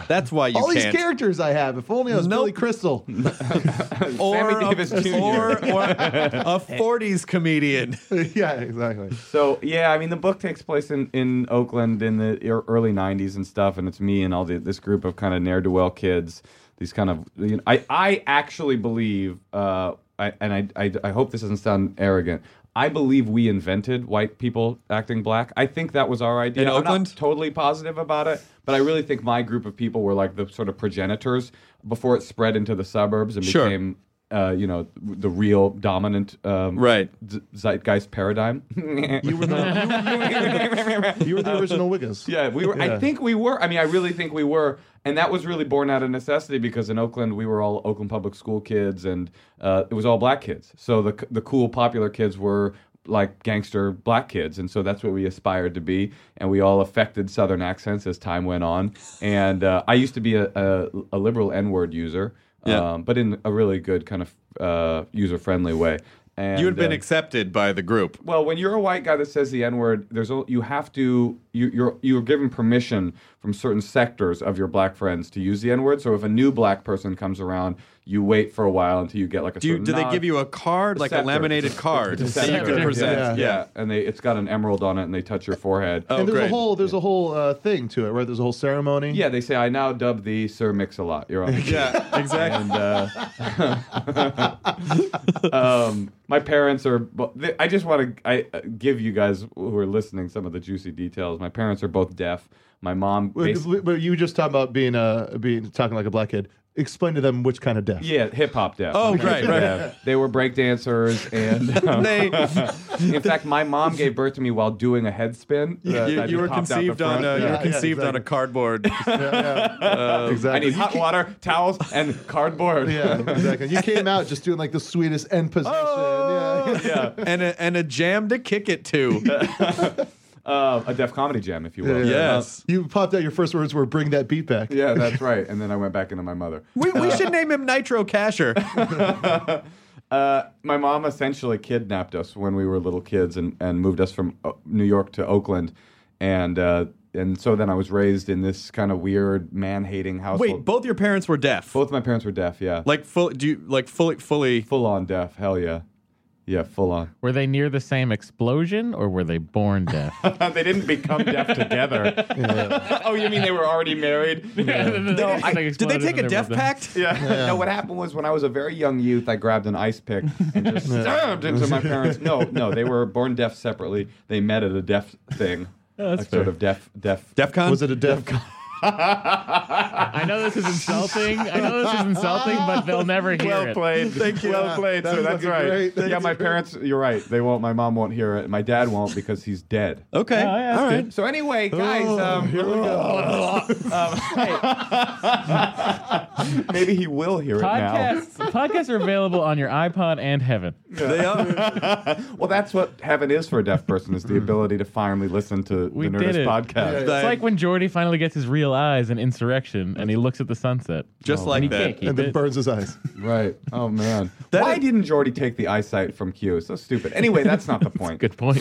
Speaker 1: That's why you
Speaker 4: All these
Speaker 1: can't.
Speaker 4: characters I have. If only I was
Speaker 1: Nope.
Speaker 4: Billy Crystal.
Speaker 1: or
Speaker 5: Sammy
Speaker 1: a-
Speaker 5: Davis Jr.
Speaker 1: Or, or a 40s comedian.
Speaker 4: yeah, exactly.
Speaker 5: So yeah, I mean the book takes place in, in Oakland in the ear- early '90s and stuff, and it's me and all the, this group of kind of ne'er do well kids. These kind of you know, I I actually believe, uh, I, and I, I I hope this doesn't sound arrogant. I believe we invented white people acting black. I think that was our idea.
Speaker 1: In
Speaker 5: I'm not
Speaker 1: Oakland?
Speaker 5: totally positive about it, but I really think my group of people were like the sort of progenitors before it spread into the suburbs and
Speaker 1: Sure.
Speaker 5: became. Uh, you know the real dominant um,
Speaker 1: Right.
Speaker 5: z- zeitgeist paradigm.
Speaker 4: You were the, you were the original Wiggins.
Speaker 5: Yeah, we were. I think we were. I mean, I really think we were, and that was really born out of necessity because in Oakland we were all Oakland public school kids, and uh, it was all black kids. So the the cool, popular kids were like gangster black kids, and so that's what we aspired to be. And we all affected Southern accents as time went on. And uh, I used to be a a, a liberal N word user,
Speaker 1: Yeah.
Speaker 5: um, but in a really good kind of uh, user friendly way. And,
Speaker 1: You had been
Speaker 5: uh,
Speaker 1: accepted by the group.
Speaker 5: well, when you're a white guy that says the N word, there's o- you have to you, you're you're given permission from certain sectors of your black friends to use the N word. So if a new black person comes around, you wait for a while until you get like a.
Speaker 1: Do, you,
Speaker 5: certain
Speaker 1: do they
Speaker 5: nod.
Speaker 1: give you a card, like a
Speaker 5: Scepter.
Speaker 1: laminated card,
Speaker 5: It's a
Speaker 1: that you
Speaker 5: scepter.
Speaker 1: can present?
Speaker 4: Yeah.
Speaker 5: Yeah. and they it's got an emerald on it, and they touch your forehead.
Speaker 1: Oh,
Speaker 4: and there's a
Speaker 1: great.
Speaker 4: whole there's a whole uh, thing to it, right? There's a whole ceremony.
Speaker 5: Yeah, they say I now dub thee Sir Mix a Lot. You're on. the
Speaker 1: Yeah, exactly.
Speaker 5: and uh, um, my parents are. bo- they- I just want to I uh, give you guys who are listening some of the juicy details. My parents are both deaf. My mom.
Speaker 4: But,
Speaker 5: basi-
Speaker 4: but you were just talking about being uh being talking like a black kid. Explain to them which kind of deaf.
Speaker 5: yeah, hip hop deaf.
Speaker 1: Oh,
Speaker 5: My parents
Speaker 1: right,
Speaker 5: are
Speaker 1: right.
Speaker 5: deaf. They were breakdancers, and um,
Speaker 1: They-
Speaker 5: in fact, my mom gave birth to me while doing a head spin. Uh,
Speaker 1: you,
Speaker 5: I
Speaker 1: you were
Speaker 5: popped out the
Speaker 1: conceived on uh,
Speaker 5: front.
Speaker 1: a, you
Speaker 4: Yeah,
Speaker 1: were
Speaker 4: yeah,
Speaker 1: conceived on a
Speaker 4: exactly.
Speaker 1: cardboard.
Speaker 5: I
Speaker 4: exactly.
Speaker 5: need hot water, towels, and cardboard.
Speaker 4: yeah, exactly. You came out just doing like the sweetest end position.
Speaker 1: Oh,
Speaker 4: yeah.
Speaker 1: yeah, and a, and a jam to kick it to.
Speaker 5: Uh, a deaf comedy jam, if you will.
Speaker 1: yes.
Speaker 4: You popped out your first words were "bring that beat back."
Speaker 5: Yeah, that's right. And then I went back into my mother.
Speaker 1: We, we should name him Nitro Casher.
Speaker 5: Uh, my mom essentially kidnapped us when we were little kids and, and moved us from uh, New York to Oakland. And uh, and so then I was raised in this kind of weird man hating household.
Speaker 1: Wait, both your parents were deaf.
Speaker 5: both my parents were deaf, yeah.
Speaker 1: like full do you like fully fully
Speaker 5: full on deaf, hell yeah. Yeah, full on.
Speaker 3: Were they near the same explosion or were they born deaf?
Speaker 5: they didn't become deaf together. oh, you mean they were already married?
Speaker 1: No, I- did they take a deaf pact?
Speaker 5: Yeah. No, what happened was when I was a very young youth, I grabbed an ice pick and just stabbed into my parents. No, no, they were born deaf separately. They met at a deaf thing.
Speaker 3: that's
Speaker 5: a sort of deaf, deaf.
Speaker 1: DEF CON?
Speaker 4: Was it a deaf?
Speaker 3: I know this is insulting. I know this is insulting, but they'll never hear
Speaker 5: Well
Speaker 3: it.
Speaker 5: played. Thank you. Well played.
Speaker 4: that
Speaker 5: So
Speaker 4: was
Speaker 5: that's
Speaker 4: fucking
Speaker 5: right.
Speaker 4: great. That
Speaker 5: yeah,
Speaker 4: was
Speaker 5: my
Speaker 4: great.
Speaker 5: parents, you're right. They won't, my mom won't hear it. My dad won't because he's dead.
Speaker 1: Okay.
Speaker 3: Oh, yeah, that's
Speaker 1: All right.
Speaker 3: good.
Speaker 5: So anyway, guys, um, um, maybe he will hear it now.
Speaker 3: Podcasts, podcasts are available on your iPod and Heaven.
Speaker 1: They are.
Speaker 5: Well, that's what heaven is for a deaf person is the ability to finally listen to
Speaker 3: We
Speaker 5: the
Speaker 3: did
Speaker 5: Nerdist
Speaker 3: it.
Speaker 5: podcast.
Speaker 3: It's like when Jordy finally gets his real eyes in Insurrection and he looks at the sunset.
Speaker 1: Just like
Speaker 3: and he
Speaker 1: that.
Speaker 3: can't keep
Speaker 4: and then
Speaker 3: it.
Speaker 4: burns his eyes.
Speaker 5: Right. Oh man.
Speaker 1: That
Speaker 5: Why
Speaker 1: is-
Speaker 5: didn't Jordy take the eyesight from Q? It's so stupid. Anyway, that's not the point.
Speaker 3: Good point.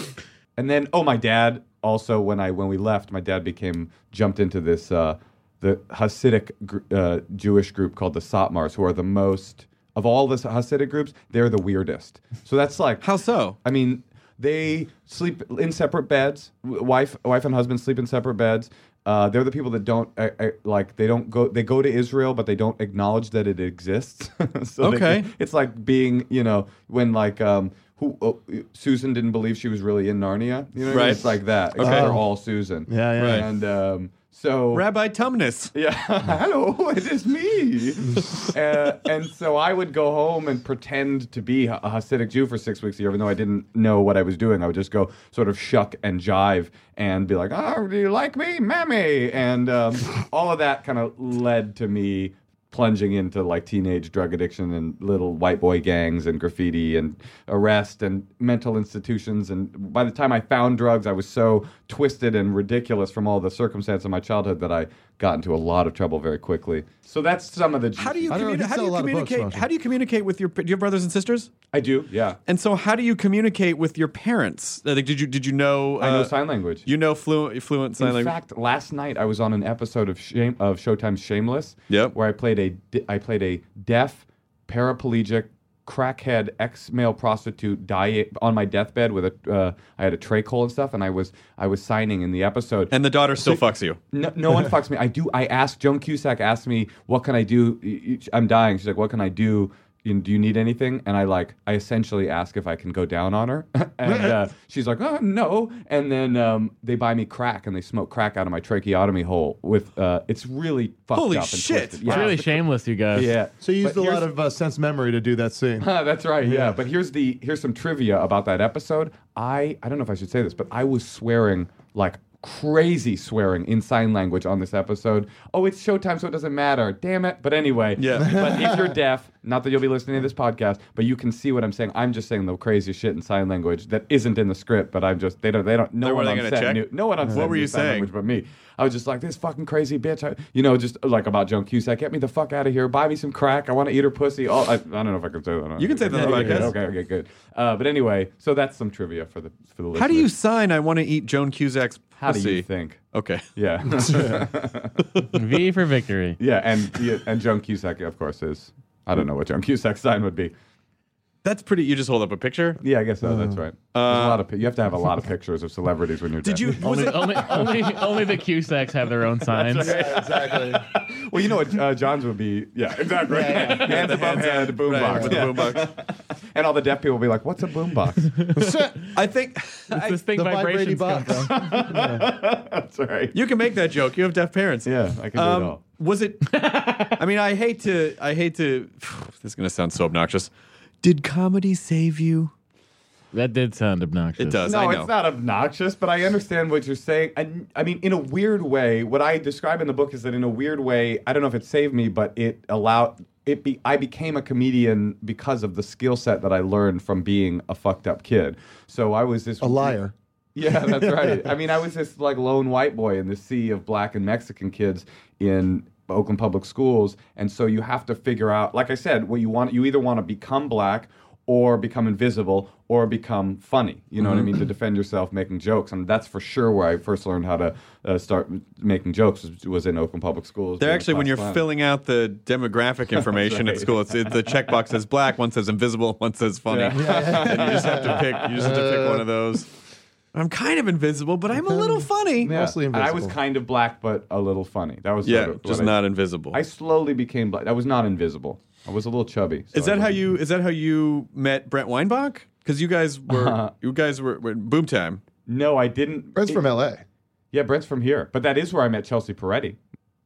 Speaker 5: And then, oh, my dad also when I when we left, my dad became jumped into this uh, the Hasidic gr- uh, Jewish group called the Satmars, who are the most of all the Hasidic groups. They're the weirdest. So that's like
Speaker 1: How so?
Speaker 5: I mean, they sleep in separate beds. W- Wife, wife and husband sleep in separate beds. Uh, they're the people that don't uh, uh, like. They don't go. They go to Israel, but they don't acknowledge that it exists. so they-
Speaker 1: Okay.
Speaker 5: it's like being, you know, when like um, who oh, Susan didn't believe she was really in Narnia. You know, what I mean?
Speaker 1: Right.
Speaker 5: It's like that. Okay,
Speaker 1: Okay.
Speaker 5: they're all Susan.
Speaker 4: Yeah, yeah. Right.
Speaker 5: And um, so
Speaker 1: Rabbi Tumnus.
Speaker 5: yeah. Hello, it is me. uh, and so I would go home and pretend to be a Hasidic Jew for six weeks a year, even though I didn't know what I was doing. I would just go sort of shuck and jive and be like, oh, do you like me, mammy? And um, all of that kind of led to me plunging into like teenage drug addiction and little white boy gangs and graffiti and arrest and mental institutions and by the time I found drugs I was so twisted and ridiculous from all the circumstance of my childhood that I got into a lot of trouble very quickly. So that's some of the
Speaker 1: How do you,
Speaker 4: I don't know,
Speaker 1: communi-
Speaker 4: he's
Speaker 1: how do
Speaker 4: got a
Speaker 1: you
Speaker 4: lot of books,
Speaker 1: communicate?
Speaker 4: Marshall.
Speaker 1: How do you communicate with your? Do you have brothers and sisters?
Speaker 5: I do. Yeah.
Speaker 1: And so, how do you communicate with your parents? Uh, Like, did you did you know?
Speaker 5: I know
Speaker 1: uh,
Speaker 5: sign language.
Speaker 1: You know fluent fluent sign
Speaker 5: In
Speaker 1: language.
Speaker 5: fact, last night I was on an episode of Shame of Showtime's Shameless,
Speaker 1: Yep.
Speaker 5: where I played a di- I played a deaf, paraplegic, crackhead ex male prostitute dying on my deathbed with a uh, I had a tracheal and stuff, and I was I was signing in the episode.
Speaker 1: and the daughter still fucks you.
Speaker 5: No, no one fucks me. I do. I ask Joan Cusack asked me, "What can I do? Y- y- I'm dying." She's like, "What can I do? You know, Do you need anything?" And I like, I essentially ask if I can go down on her, and uh, she's like, "Oh no!" And then um, they buy me crack and they smoke crack out of my tracheotomy hole. With uh, it's really fucked
Speaker 1: Holy
Speaker 5: up and
Speaker 1: shit.
Speaker 5: twisted.
Speaker 3: It's
Speaker 5: Yeah.
Speaker 3: really shameless, you guys.
Speaker 5: yeah.
Speaker 4: So you used
Speaker 5: But
Speaker 4: a lot
Speaker 5: here's-
Speaker 4: of uh, sense memory to do that scene.
Speaker 5: Huh, that's right. Yeah. But here's the here's some trivia about that episode. I I don't know if I should say this, but I was swearing like crazy swearing in sign language on this episode. Oh, it's showtime, so it doesn't matter. Damn it. But anyway.
Speaker 1: Yeah.
Speaker 5: but if you're deaf, not that you'll be listening to this podcast, but you can see what I'm saying. I'm just saying the craziest shit in sign language that isn't in the script, but I'm just they don't they don't no
Speaker 1: Were
Speaker 5: one
Speaker 1: they
Speaker 5: on
Speaker 1: gonna
Speaker 5: set
Speaker 1: check?
Speaker 5: knew no one on set
Speaker 1: were
Speaker 5: knew
Speaker 1: you
Speaker 5: sign
Speaker 1: saying?
Speaker 5: language but me. I was just like, this fucking crazy bitch. I, you know, just like about Joan Cusack. Get me the fuck out of here. Buy me some crack. I want to eat her pussy. Oh, I, I don't know if I can say that.
Speaker 1: You can say that on the
Speaker 5: Okay,
Speaker 1: podcast.
Speaker 5: Okay, okay, good. Uh, but anyway, so that's some trivia for the for the listeners.
Speaker 1: How do you sign? I want to eat Joan Cusack's pussy.
Speaker 5: How do you think?
Speaker 1: Okay.
Speaker 5: Yeah,
Speaker 3: V for victory.
Speaker 5: yeah, and yeah, and Joan Cusack, of course, is. I don't know what Joan Cusack's sign would be.
Speaker 1: That's pretty. You just hold up a picture.
Speaker 5: Yeah, I guess so. That's right. There's a lot of pi- you have to have a lot of pictures of celebrities when you're.
Speaker 1: Did
Speaker 5: deaf.
Speaker 1: you? Was
Speaker 3: Only,
Speaker 1: it,
Speaker 3: only, only, only the Cusacks have their own signs.
Speaker 4: exactly.
Speaker 5: Well, you know what uh, John's would be. Yeah, exactly. Hands above head,
Speaker 1: Right,
Speaker 5: boombox,
Speaker 1: with the boombox.
Speaker 5: and all the deaf people will be like, "What's a boombox?"
Speaker 1: I think
Speaker 3: It's this thing
Speaker 4: The vibrating
Speaker 3: vibrations come
Speaker 4: box.
Speaker 3: from.
Speaker 5: that's right.
Speaker 1: you can make that joke. You have deaf parents. Um,
Speaker 5: Yeah, I can do it all.
Speaker 1: Was it? I mean, I hate to. I hate to. This is gonna sound so obnoxious. Did comedy save you?
Speaker 3: That did sound obnoxious.
Speaker 1: It does.
Speaker 5: No,
Speaker 1: I know.
Speaker 5: it's not obnoxious, but I understand what you're saying. I, I mean, in a weird way, what I describe in the book is that in a weird way, I don't know if it saved me, but it allowed it be. I became a comedian because of the skill set that I learned from being a fucked up kid. So I was this
Speaker 4: A liar.
Speaker 5: Yeah, that's right. I mean, I was this like lone white boy in the sea of black and Mexican kids in Oakland public schools, and so you have to figure out, like I said, what you want. You either want to become black or become invisible or become funny. You know what I mean? To
Speaker 1: Mm-hmm.
Speaker 5: defend yourself, making jokes, and that's for sure where I first learned how to uh, start making jokes was, was in Oakland public schools.
Speaker 1: They're
Speaker 5: doing
Speaker 1: actually when you're
Speaker 5: class clown.
Speaker 1: filling out the demographic information at school. It's, it, the checkbox says black, one says invisible, one says funny, and you just have to pick. You just have to pick one of those. I'm kind of invisible, but I'm a little funny.
Speaker 5: Yeah.
Speaker 4: Mostly
Speaker 5: And I was
Speaker 4: invisible.
Speaker 5: kind of black, but a little funny. That was
Speaker 1: Yeah,
Speaker 5: sort of
Speaker 1: just
Speaker 5: what I-
Speaker 1: not invisible.
Speaker 5: I slowly became black. I was not invisible. I was a little chubby. so
Speaker 1: is
Speaker 5: I
Speaker 1: that how
Speaker 5: wasn't-
Speaker 1: you? Is that how you met Brent Weinbach? Because you guys were
Speaker 5: Uh-huh.
Speaker 1: you guys were, were boom time.
Speaker 5: No, I didn't.
Speaker 4: Brent's from L.A.
Speaker 5: Yeah, Brent's from here, but that is where I met Chelsea Peretti.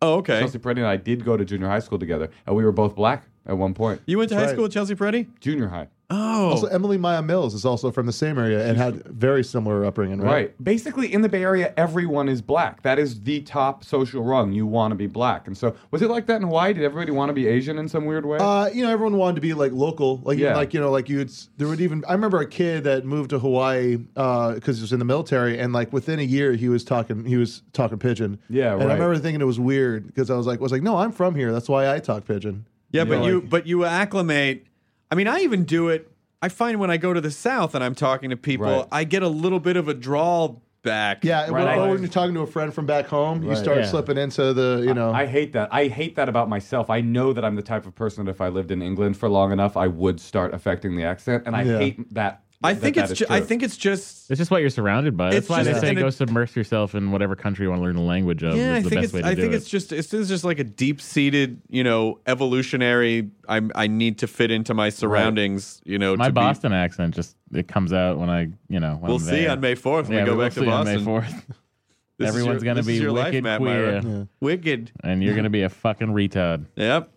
Speaker 1: Oh, okay.
Speaker 5: Chelsea Peretti and I did go to junior high school together, and we were both black at one point.
Speaker 1: You went to high
Speaker 4: That's right.
Speaker 1: school at Chelsea Peretti?
Speaker 5: Junior high,
Speaker 1: Oh,
Speaker 4: Also, Emily Maya Mills is also from the same area and had very similar upbringing,
Speaker 5: right.
Speaker 4: right?
Speaker 5: Basically, in the Bay Area, everyone is black. That is the top social rung. You want to be black, and so was it like that in Hawaii? Did everybody want to be Asian in some weird way?
Speaker 4: Uh, you know, everyone wanted to be like local, like
Speaker 5: Yeah.
Speaker 4: like you know, like you'd. There would even. I remember a kid that moved to Hawaii because he was in the military, and like within a year, he was talking. He was talking pigeon.
Speaker 5: Yeah,
Speaker 4: and
Speaker 5: right.
Speaker 4: I remember thinking it was weird because I was like, was like, no, I'm from here. That's why I talk pigeon.
Speaker 1: Yeah, but
Speaker 5: Yeah,
Speaker 1: you
Speaker 5: like-
Speaker 1: but you acclimate. I mean, I even do it. I find when I go to the South and I'm talking to people,
Speaker 5: Right.
Speaker 1: I get a little bit of a drawl back.
Speaker 4: Yeah,
Speaker 5: Right.
Speaker 4: when, or when you're talking to a friend from back home, you start
Speaker 3: Yeah.
Speaker 4: slipping into the, you know,
Speaker 5: I hate that. I hate that about myself. I know that I'm the type of person that if I lived in England for long enough, I would start affecting the accent, and I
Speaker 4: Yeah.
Speaker 5: hate that
Speaker 1: I think
Speaker 5: that
Speaker 1: it's.
Speaker 5: is
Speaker 1: Ju- I
Speaker 5: true.
Speaker 1: think it's just.
Speaker 3: It's just what you're surrounded by. That's
Speaker 1: It's
Speaker 3: why they
Speaker 1: just
Speaker 3: say
Speaker 1: an-
Speaker 3: go submerge yourself in whatever country you want to learn the language of.
Speaker 1: Yeah,
Speaker 3: is
Speaker 1: I
Speaker 3: the
Speaker 1: think
Speaker 3: best
Speaker 1: it's.
Speaker 3: way to
Speaker 1: I
Speaker 3: do
Speaker 1: think
Speaker 3: it.
Speaker 1: it's just. It's, it's just like a deep seated, you know, evolutionary. I I need to fit into my surroundings. You know,
Speaker 3: my
Speaker 1: to be-
Speaker 3: Boston accent just it comes out when I you know when
Speaker 1: we'll
Speaker 3: I'm
Speaker 1: see
Speaker 3: there.
Speaker 1: on May fourth when
Speaker 3: yeah,
Speaker 1: we go
Speaker 3: will
Speaker 1: back
Speaker 3: see
Speaker 1: to
Speaker 3: on
Speaker 1: Boston.
Speaker 3: May fourth.
Speaker 1: This is
Speaker 3: Everyone's
Speaker 1: your-
Speaker 3: gonna
Speaker 1: this is
Speaker 3: be
Speaker 1: your life,
Speaker 3: wicked
Speaker 1: Matt
Speaker 3: queer,
Speaker 1: Myra. Wicked.
Speaker 3: and you're gonna be a fucking retard.
Speaker 1: Yep.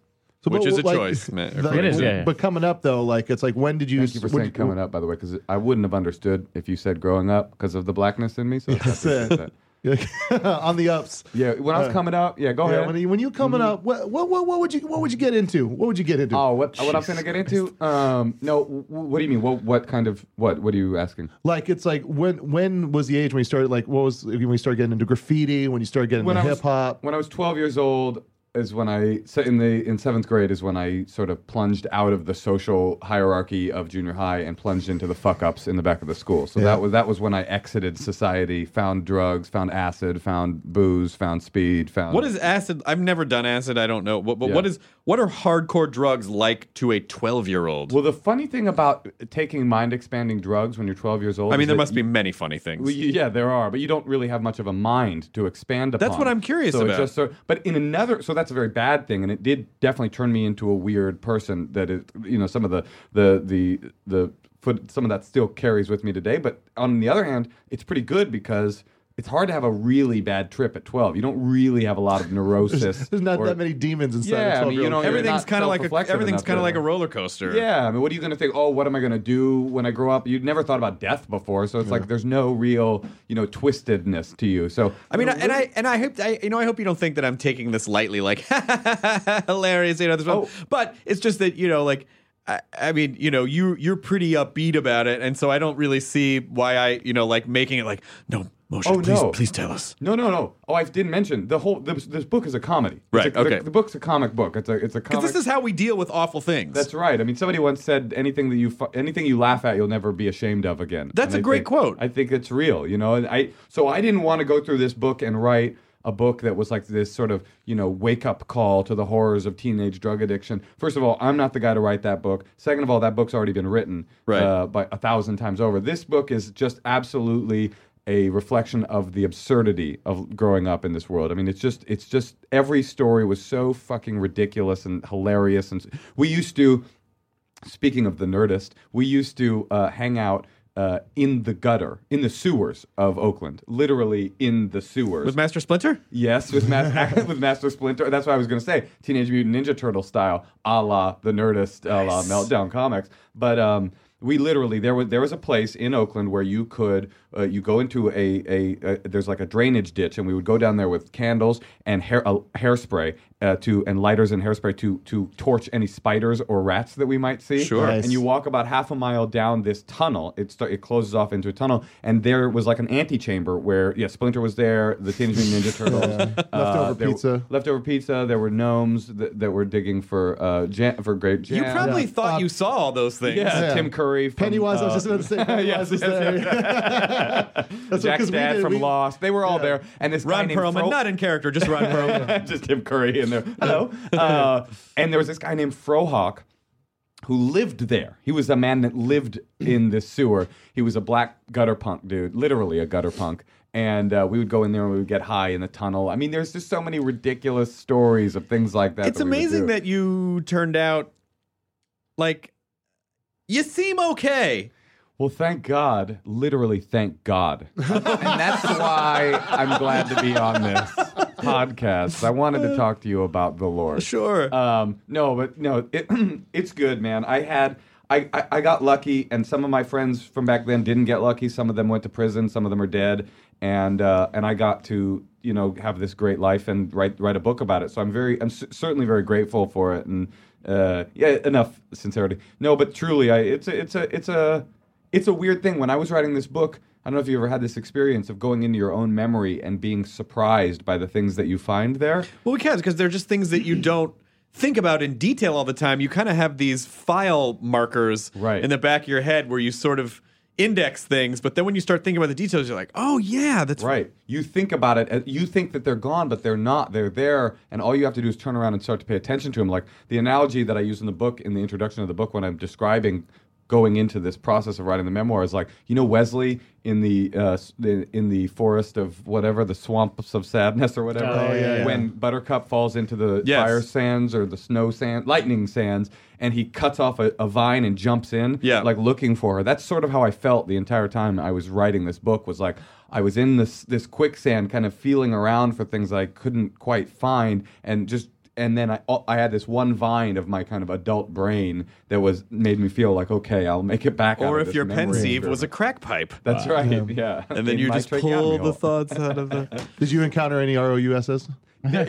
Speaker 4: So,
Speaker 1: Which
Speaker 4: but,
Speaker 1: is a
Speaker 4: like,
Speaker 1: choice, Matt.
Speaker 4: the-
Speaker 1: according
Speaker 3: It is,
Speaker 1: to-
Speaker 3: yeah.
Speaker 4: But coming up though, like it's like when did you?
Speaker 5: Thank you for saying coming up, by the way, because I wouldn't have understood if you said growing up because of the blackness in me. So I appreciate that.
Speaker 4: on the ups.
Speaker 5: Yeah, when I was
Speaker 4: Uh,
Speaker 5: coming up, Oh, yeah, go
Speaker 4: Yeah,
Speaker 5: ahead.
Speaker 4: when you when you coming up, what, what what what would you what would you get into? What would you get into?
Speaker 5: Oh, what, what I'm going to get into? Um, no, w- what do you mean? What what kind of what? What are you asking?
Speaker 4: Like it's like when when was the age when you started like what was when you started getting into graffiti? When you started getting
Speaker 5: When
Speaker 4: into
Speaker 5: I was-
Speaker 4: hip hop?
Speaker 5: When I was 12 years old is when I so in the in seventh grade is when I sort of plunged out of the social hierarchy of junior high and plunged into the fuck ups in the back of the school. So that was that was when I exited society, found drugs, found acid, found booze, found speed, found
Speaker 1: What is acid? I've never done acid. I don't know. What, but
Speaker 5: Yeah.
Speaker 1: what is what are hardcore drugs like to a twelve year old?
Speaker 5: Well, the funny thing about taking mind expanding drugs when you're 12 years old
Speaker 1: I mean,
Speaker 5: is
Speaker 1: there
Speaker 5: that
Speaker 1: must be many funny things.
Speaker 5: Well, you- yeah, there are, but you don't really have much of a mind to expand upon.
Speaker 1: That's what I'm curious
Speaker 5: so it
Speaker 1: about.
Speaker 5: Just, so, but in another, so that's a very bad thing, and it did definitely turn me into a weird person. That it, you know, some of the the the the foot, some of that still carries with me today. But on the other hand, it's pretty good because. It's hard to have a really bad trip at 12. You don't really have a lot of neurosis.
Speaker 4: There's not
Speaker 5: or-
Speaker 4: that many demons inside.
Speaker 5: Yeah, I
Speaker 4: a 12
Speaker 5: mean, you don't-
Speaker 1: everything's
Speaker 5: not
Speaker 1: kind of like a,
Speaker 5: self-reflexive
Speaker 1: everything's
Speaker 5: enough
Speaker 1: kind
Speaker 5: to-
Speaker 1: of like a roller coaster.
Speaker 5: Yeah, I mean, what are you going to think? Oh, what am I going to do when I grow up? You'd never thought about death before, so it's like there's no real, you know, twistedness to you. So
Speaker 1: I mean, and I and I hope I, you know I hope you don't think that I'm taking this lightly, like hilarious, you know. This
Speaker 5: Oh.
Speaker 1: one. But it's just that you know, like I, I mean, you know, you you're pretty upbeat about it, and so I don't really see why I you know like making it like no, Moshe,
Speaker 5: Oh,
Speaker 1: please
Speaker 5: no.
Speaker 1: please tell us.
Speaker 5: No, no, no. Oh, I didn't mention the whole. This, this book is a comedy.
Speaker 1: Right,
Speaker 5: It's a, the-
Speaker 1: okay.
Speaker 5: The, book's a comic book. It's a. It's a
Speaker 1: Because
Speaker 5: comic.
Speaker 1: this is how we deal with awful things.
Speaker 5: That's right. I mean, somebody once said, "Anything that you fu- anything you laugh at, you'll never be ashamed of again."
Speaker 1: That's
Speaker 5: And
Speaker 1: a
Speaker 5: I
Speaker 1: great
Speaker 5: think-
Speaker 1: quote.
Speaker 5: I think it's real. You know, and I so I didn't want to go through this book and write a book that was like this sort of you know wake up call to the horrors of teenage drug addiction. First of all, I'm not the guy to write that book. Second of all, that book's already been written
Speaker 1: Right.
Speaker 5: uh, by a thousand times over. This book is just absolutely. A reflection of the absurdity of growing up in this world. I mean, it's just, it's just every story was so fucking ridiculous and hilarious. And s- we used to, Speaking of the Nerdist, we used to uh, hang out uh, in the gutter, in the sewers of Oakland, literally in the sewers.
Speaker 1: with Master Splinter.
Speaker 5: yes, with, Ma- with Master Splinter. That's what I was going to say. Teenage Mutant Ninja Turtle style, a la the Nerdist, a la Meltdown Comics. But um, we literally there was there was a place in Oakland where you could uh, you go into a, a, a there's like a drainage ditch, and we would go down there with candles and hair uh, hairspray uh, to and lighters and hairspray to to torch any spiders or rats that we might see.
Speaker 1: Sure.
Speaker 4: Nice.
Speaker 5: And you walk about half a mile down this tunnel. It start, it closes off into a tunnel, and there was like an antechamber where yeah, Splinter was there, the Teenage Mutant Ninja Turtles, uh,
Speaker 4: Leftover
Speaker 5: there-
Speaker 4: pizza.
Speaker 5: leftover pizza. There were gnomes that, that were digging for uh jam, for grape jam.
Speaker 1: You probably thought you saw all those things.
Speaker 5: yeah,
Speaker 4: Yeah.
Speaker 5: Tim Curry, from,
Speaker 4: Pennywise, I was
Speaker 5: uh,
Speaker 4: just about to say. Pennywise
Speaker 5: yes,
Speaker 4: was
Speaker 5: yes,
Speaker 4: there. That's
Speaker 5: Jack's
Speaker 4: because we
Speaker 5: dad
Speaker 4: did-
Speaker 5: from
Speaker 4: we-
Speaker 5: Lost. They were all there, and this guy
Speaker 1: Ron
Speaker 5: named
Speaker 1: Perlman,
Speaker 5: Fro-
Speaker 1: not in character, just Ron Perlman.
Speaker 5: just Tim Curry in there. Hello. Uh, and there was this guy named Frohawk who lived there. He was a man that lived in this sewer. He was a black gutter punk dude, literally a gutter punk. And uh, we would go in there and we would get high in the tunnel. I mean, there's just so many ridiculous stories of things like that.
Speaker 1: it's
Speaker 5: that we would
Speaker 1: amazing
Speaker 5: do.
Speaker 1: that you turned out like you seem okay.
Speaker 5: Well, thank God, literally, thank God. and that's why I'm glad to be on this podcast. I wanted to talk to you about the Lord.
Speaker 1: Sure.
Speaker 5: Um, no, but no, it, it's good, man. I had. I, I, I got lucky, and some of my friends from back then didn't get lucky. Some of them went to prison. Some of them are dead, and uh, and I got to you know have this great life and write write a book about it. So I'm very I'm c- certainly very grateful for it. And uh, yeah, enough sincerity. No, but truly, I it's a, it's a it's a it's a weird thing. When I was writing this book, I don't know if you ever had this experience of going into your own memory and being surprised by the things that you find there.
Speaker 1: Well, we can because they're just things that you don't think about in detail all the time. You kind of have these file markers
Speaker 5: Right.
Speaker 1: in the back of your head where you sort of index things, but then when you start thinking about the details, you're like, oh yeah, that's
Speaker 5: Right. You think about it. uh, You think that they're gone, but they're not. They're there, and all you have to do is turn around and start to pay attention to them. Like the analogy that I use in the book, in the introduction of the book, when I'm describing going into this process of writing the memoir is like you know Wesley in the uh, s- in, in the forest of whatever the swamps of sadness or whatever
Speaker 3: Oh, yeah, yeah.
Speaker 5: when Buttercup falls into the
Speaker 1: Yes.
Speaker 5: fire sands or the snow sand lightning sands and he cuts off a, a vine and jumps in
Speaker 1: Yeah.
Speaker 5: like looking for her that's sort of how I felt the entire time I was writing this book was like I was in this this quicksand kind of feeling around for things I couldn't quite find and just and then I oh, I had this one vine of my kind of adult brain that was made me feel like okay I'll make it back. out
Speaker 1: Or
Speaker 5: of
Speaker 1: if
Speaker 5: this
Speaker 1: your
Speaker 5: memory
Speaker 1: pensieve was a crack
Speaker 5: experiment.
Speaker 1: pipe.
Speaker 5: that's right, yeah.
Speaker 1: And then
Speaker 5: In
Speaker 1: you
Speaker 5: my
Speaker 1: just pull the
Speaker 5: tracheotomy hole.
Speaker 1: thoughts out of the.
Speaker 4: Did you encounter any ROUSs?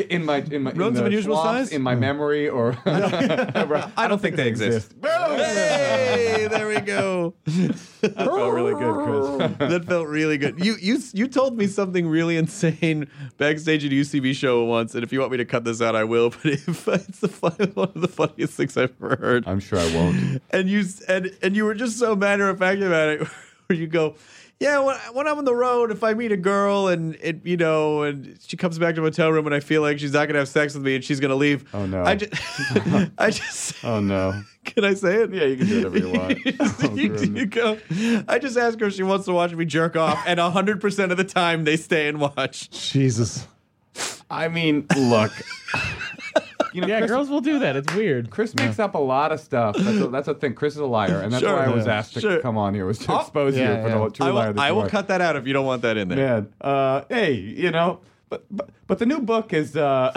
Speaker 5: in my in my in
Speaker 1: Runs of
Speaker 5: the
Speaker 1: unusual
Speaker 5: swamps,
Speaker 1: size?
Speaker 5: in my memory or
Speaker 1: I don't think they exist. Hey, there we go. That felt really good, Chris. That felt really good. You you you told me something really insane backstage at a UCB show once, and if you want me to cut this out, I will. But if, it's the fun, one of the funniest things I've ever heard
Speaker 5: I'm sure I won't.
Speaker 1: and you and and you were just so matter of fact about it. Where you go, yeah. When, I- when I'm on the road, if I meet a girl and it, you know, and she comes back to my hotel room and I feel like she's not gonna have sex with me and she's gonna leave.
Speaker 5: Oh, no.
Speaker 1: I just, I just.
Speaker 5: Oh no.
Speaker 1: Can I say it?
Speaker 5: Yeah, you can do whatever you want. Oh,
Speaker 1: you,
Speaker 5: goodness.
Speaker 1: you go. I just ask her if she wants to watch me jerk off, and hundred percent of the time they stay and watch.
Speaker 4: Jesus.
Speaker 5: I mean, look. you know,
Speaker 3: Yeah,
Speaker 5: Chris,
Speaker 3: girls will do that. It's weird.
Speaker 5: Chris makes up a lot of stuff. That's a, that's a thing. Chris is a liar, and that's
Speaker 1: Sure.
Speaker 5: why I was
Speaker 1: Yeah.
Speaker 5: asked to
Speaker 1: Sure.
Speaker 5: come on here was to
Speaker 1: I'll-
Speaker 5: expose
Speaker 4: Yeah,
Speaker 5: you for
Speaker 4: yeah.
Speaker 5: the true
Speaker 1: I
Speaker 5: liar.
Speaker 1: will,
Speaker 5: that
Speaker 1: I
Speaker 5: you
Speaker 1: will
Speaker 5: are.
Speaker 1: cut that out if you don't want that in there.
Speaker 5: Man, uh, hey, you know, but but, but the new book is. Uh,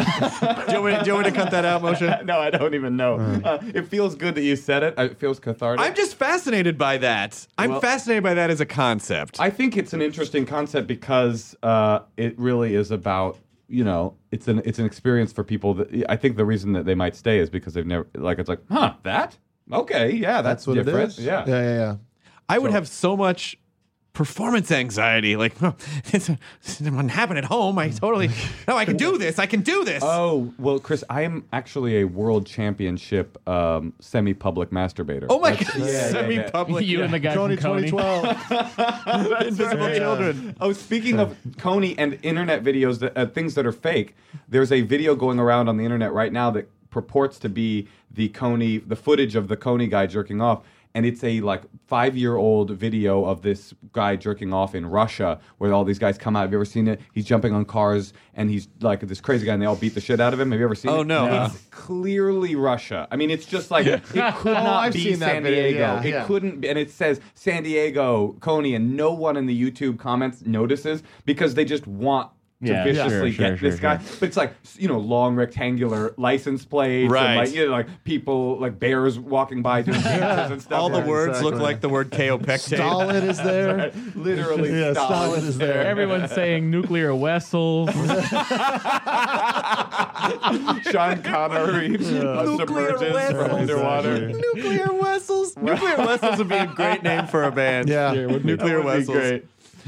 Speaker 1: Do you want me- do you want me to cut that out, Moshe?
Speaker 5: no, I don't even know. Uh, it feels good that you said it. It feels cathartic.
Speaker 1: I'm just fascinated by that. I'm
Speaker 5: Well-
Speaker 1: fascinated by that as a concept.
Speaker 5: I think it's an interesting concept because uh, it really is about you know it's an it's an experience for people that I think the reason that they might stay is because they've never like it's like huh that okay yeah that's,
Speaker 4: That's what
Speaker 5: different
Speaker 4: it is.
Speaker 5: yeah.
Speaker 4: Yeah, yeah, yeah.
Speaker 1: I would have so much performance anxiety. Like, "Huh, it's, it wouldn't happen at home. I totally, no, I can do this. I can do this.
Speaker 5: Oh well, Chris, I am actually a world championship um, semi-public masturbator.
Speaker 1: oh my
Speaker 5: That's-
Speaker 1: God. Semi-public.
Speaker 3: you and the guy
Speaker 4: Tony
Speaker 3: from Coney.
Speaker 4: 2012.
Speaker 1: invisible
Speaker 4: right.
Speaker 1: children.
Speaker 5: Oh, speaking of Coney and internet videos, that, uh, things that are fake, there's a video going around on the internet right now that purports to be the Coney, the footage of the Coney guy jerking off. And it's a like five year old video of this guy jerking off in Russia where all these guys come out. Have you ever seen it? He's jumping on cars and he's like this crazy guy and they all beat the shit out of him. Have you ever seen it?
Speaker 1: Oh, no. No.
Speaker 5: It's clearly Russia. I mean, it's just like, it could not
Speaker 4: I've
Speaker 5: be
Speaker 4: seen that
Speaker 5: San
Speaker 4: video,
Speaker 5: Diego.
Speaker 4: yeah,
Speaker 5: it
Speaker 4: yeah.
Speaker 5: could couldn't be- and it says San Diego Coney and no one in the YouTube comments notices because they just want to
Speaker 3: Yeah,
Speaker 5: viciously
Speaker 3: sure,
Speaker 5: get
Speaker 3: sure,
Speaker 5: this
Speaker 3: sure,
Speaker 5: guy. But it's like you know long rectangular license plates and
Speaker 1: Right.
Speaker 5: like you know, like people like bears walking by doing dances and stuff.
Speaker 1: All the
Speaker 5: Yeah,
Speaker 1: words look
Speaker 4: exactly.
Speaker 1: like the word kaopectate.
Speaker 4: Stalin is there.
Speaker 5: literally
Speaker 4: yeah,
Speaker 5: Stalin.
Speaker 4: Stalin is there.
Speaker 3: Everyone's saying nuclear vessels.
Speaker 5: Sean Connery uh, submerges from
Speaker 1: vessels.
Speaker 5: underwater.
Speaker 1: Nuclear vessels. Nuclear vessels would be a great name for a band.
Speaker 4: Yeah. Yeah, it would be. Um,
Speaker 1: Nuclear
Speaker 5: That would be
Speaker 1: vessels.
Speaker 5: great.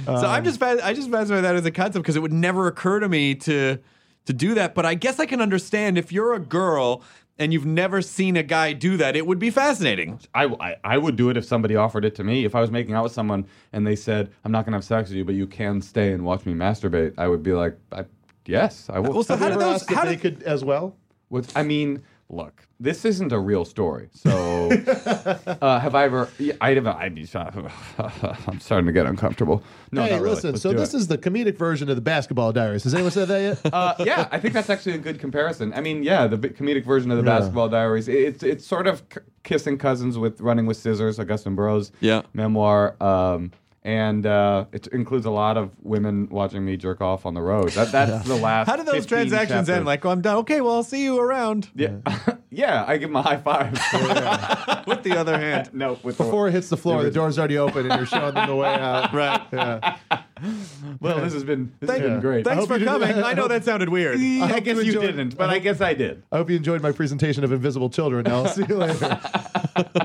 Speaker 1: So I'm just fas- I just fascinated by that as a concept because it would never occur to me to to do that. But I guess I can understand if you're a girl and you've never seen a guy do that, it would be fascinating.
Speaker 5: I, I, I would do it if somebody offered it to me. If I was making out with someone and they said, I'm not going to have sex with you, but you can stay and watch me masturbate, I would be like, I, yes, I will.
Speaker 1: Well, so
Speaker 4: Have you
Speaker 1: how did
Speaker 4: ever
Speaker 1: those?
Speaker 4: asked if
Speaker 1: How
Speaker 4: they
Speaker 1: did,
Speaker 4: could as well?
Speaker 5: What's, I mean, look, this isn't a real story. So uh, have I ever, yeah, I'd have, I'd be, I'm starting to get uncomfortable. No,
Speaker 4: hey,
Speaker 5: not really.
Speaker 4: listen.
Speaker 5: Let's
Speaker 4: So
Speaker 5: do
Speaker 4: this
Speaker 5: it.
Speaker 4: is the comedic version of the Basketball Diaries. Has anyone said that yet?
Speaker 5: Uh, yeah, I think that's actually a good comparison. I mean, yeah, the bi- comedic version of the Basketball Diaries. It- It's it's sort of c- kissing cousins with Running with Scissors, Augustine Burroughs'
Speaker 1: Yeah.
Speaker 5: memoir, um, and uh, it includes a lot of women watching me jerk off on the road. That that's the last.
Speaker 1: how did those
Speaker 5: 15
Speaker 1: transactions
Speaker 5: chapters.
Speaker 1: end? Like, oh, I'm done. Okay, well, I'll see you around
Speaker 5: yeah, yeah, I give them a high five.
Speaker 1: with the other hand.
Speaker 5: no, with the-
Speaker 4: Before it hits the floor, the door's already open, and you're showing them the way out.
Speaker 1: Right.
Speaker 4: Yeah.
Speaker 5: well, this has been this
Speaker 1: Thank-
Speaker 5: has been great.
Speaker 1: Thanks
Speaker 4: hope
Speaker 1: for
Speaker 4: you did-
Speaker 1: coming.
Speaker 4: I
Speaker 1: I know that sounded weird.
Speaker 5: I,
Speaker 4: hope
Speaker 5: guess
Speaker 4: you
Speaker 5: you
Speaker 4: enjoyed-
Speaker 5: didn't, but I guess I did.
Speaker 4: I hope you enjoyed my presentation of Invisible Children. I'll see you later.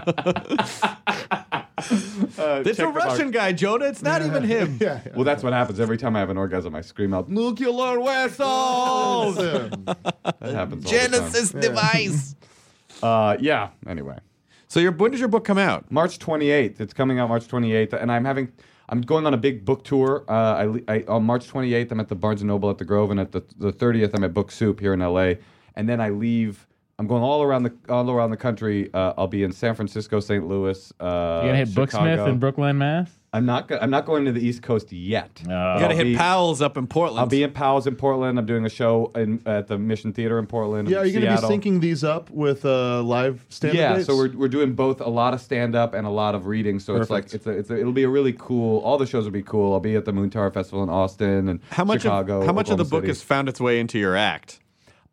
Speaker 5: Uh,
Speaker 1: It's a
Speaker 5: check the box.
Speaker 1: Russian guy, Jonah. It's not even him.
Speaker 4: Yeah.
Speaker 5: Well, that's what happens every time I have an orgasm. I scream out nuclear vessels. that happens. all the time.
Speaker 1: device.
Speaker 5: Uh, yeah. Anyway,
Speaker 1: So, your when does your book come out?
Speaker 5: March 28th. It's coming out March 28th, and I'm having. I'm going on a big book tour. Uh, I, le- I on March 28th. I'm at the Barnes and Noble at the Grove, and at the the 30th, I'm at Book Soup here in LA. And then I leave I'm going all around the all around the country. Uh, I'll be in San Francisco, St. Louis. Uh,
Speaker 3: You're gonna hit Booksmith
Speaker 5: Chicago.
Speaker 3: in Brooklyn, Mass. Oh,
Speaker 5: I'm not. Go- I'm not going to the East Coast yet.
Speaker 3: No.
Speaker 1: You gotta hit
Speaker 5: be-
Speaker 1: Powell's up in Portland.
Speaker 5: I'll be in Powell's in Portland. I'm doing a show in, at the Mission Theater in Portland.
Speaker 4: Yeah, are you going to be
Speaker 5: Seattle.
Speaker 4: syncing these up with uh, live stand-up
Speaker 5: Yeah,
Speaker 4: dates?
Speaker 5: so we're, we're doing both a lot of stand up and a lot of reading. So
Speaker 4: Perfect.
Speaker 5: it's like it's a, it's a, it'll be a really cool. All the shows will be cool. I'll be at the Moon Tower Festival in Austin and
Speaker 1: how much
Speaker 5: Chicago.
Speaker 1: of how much of the book
Speaker 5: Oklahoma City.
Speaker 1: has found its way into your act?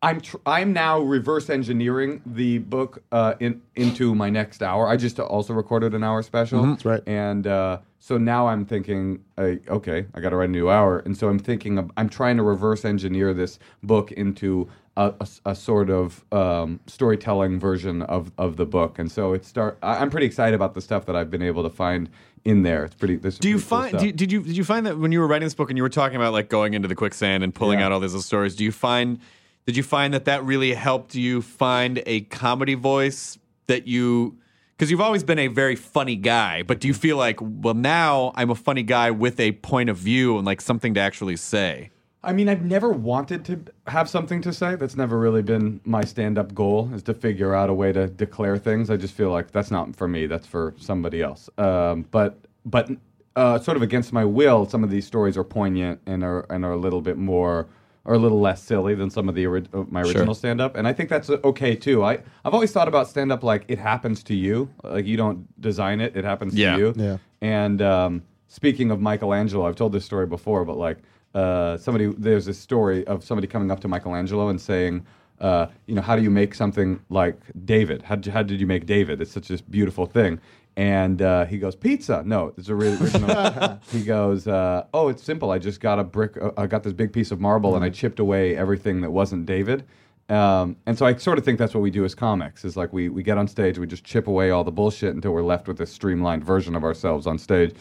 Speaker 5: I'm tr- I'm now reverse engineering the book uh, in, into my next hour. I just also recorded an hour special.
Speaker 1: Mm-hmm,
Speaker 5: That's
Speaker 4: right.
Speaker 5: And uh, so now I'm thinking, uh, okay, I got to write a new hour. And so I'm thinking, of, I'm trying to reverse engineer this book into a, a s- a sort of um, storytelling version of, of the book. And so it start. I, I'm pretty excited about the stuff that I've been able to find in there. It's pretty. This
Speaker 1: Do you find do, did you did you find that when you were writing this book and you were talking about like going into the quicksand and pulling
Speaker 5: Yeah.
Speaker 1: out all these little stories? Do you find did you find that that really helped you find a comedy voice that you because you've always been a very funny guy, but do you feel like well now I'm a funny guy with a point of view and like something to actually say?
Speaker 5: I mean, I've never wanted to have something to say. That's never really been my stand-up goal is to figure out a way to declare things. I just feel like that's not for me. That's for somebody else. Um, but but uh, sort of against my will, some of these stories are poignant and are and are a little bit more or a little less silly than some of the ori- of my original stand-up. And I think that's uh, okay too. I I've always thought about stand-up like it happens to you. Like you don't design it. It happens
Speaker 1: Yeah.
Speaker 5: to you.
Speaker 4: Yeah.
Speaker 5: And um, speaking of Michelangelo, I've told this story before, but like uh, somebody, there's this story of somebody coming up to Michelangelo and saying, uh, you know, how do you make something like David? How did you, how did you make David? It's such a beautiful thing. And uh, he goes, pizza. No, it's a really original. he goes, uh, oh, it's simple. I just got a brick. Uh, I got this big piece of marble, and I chipped away everything that wasn't David. Um, and so I sort of think that's what we do as comics is like we, we get on stage, we just chip away all the bullshit until we're left with this streamlined version of ourselves on stage.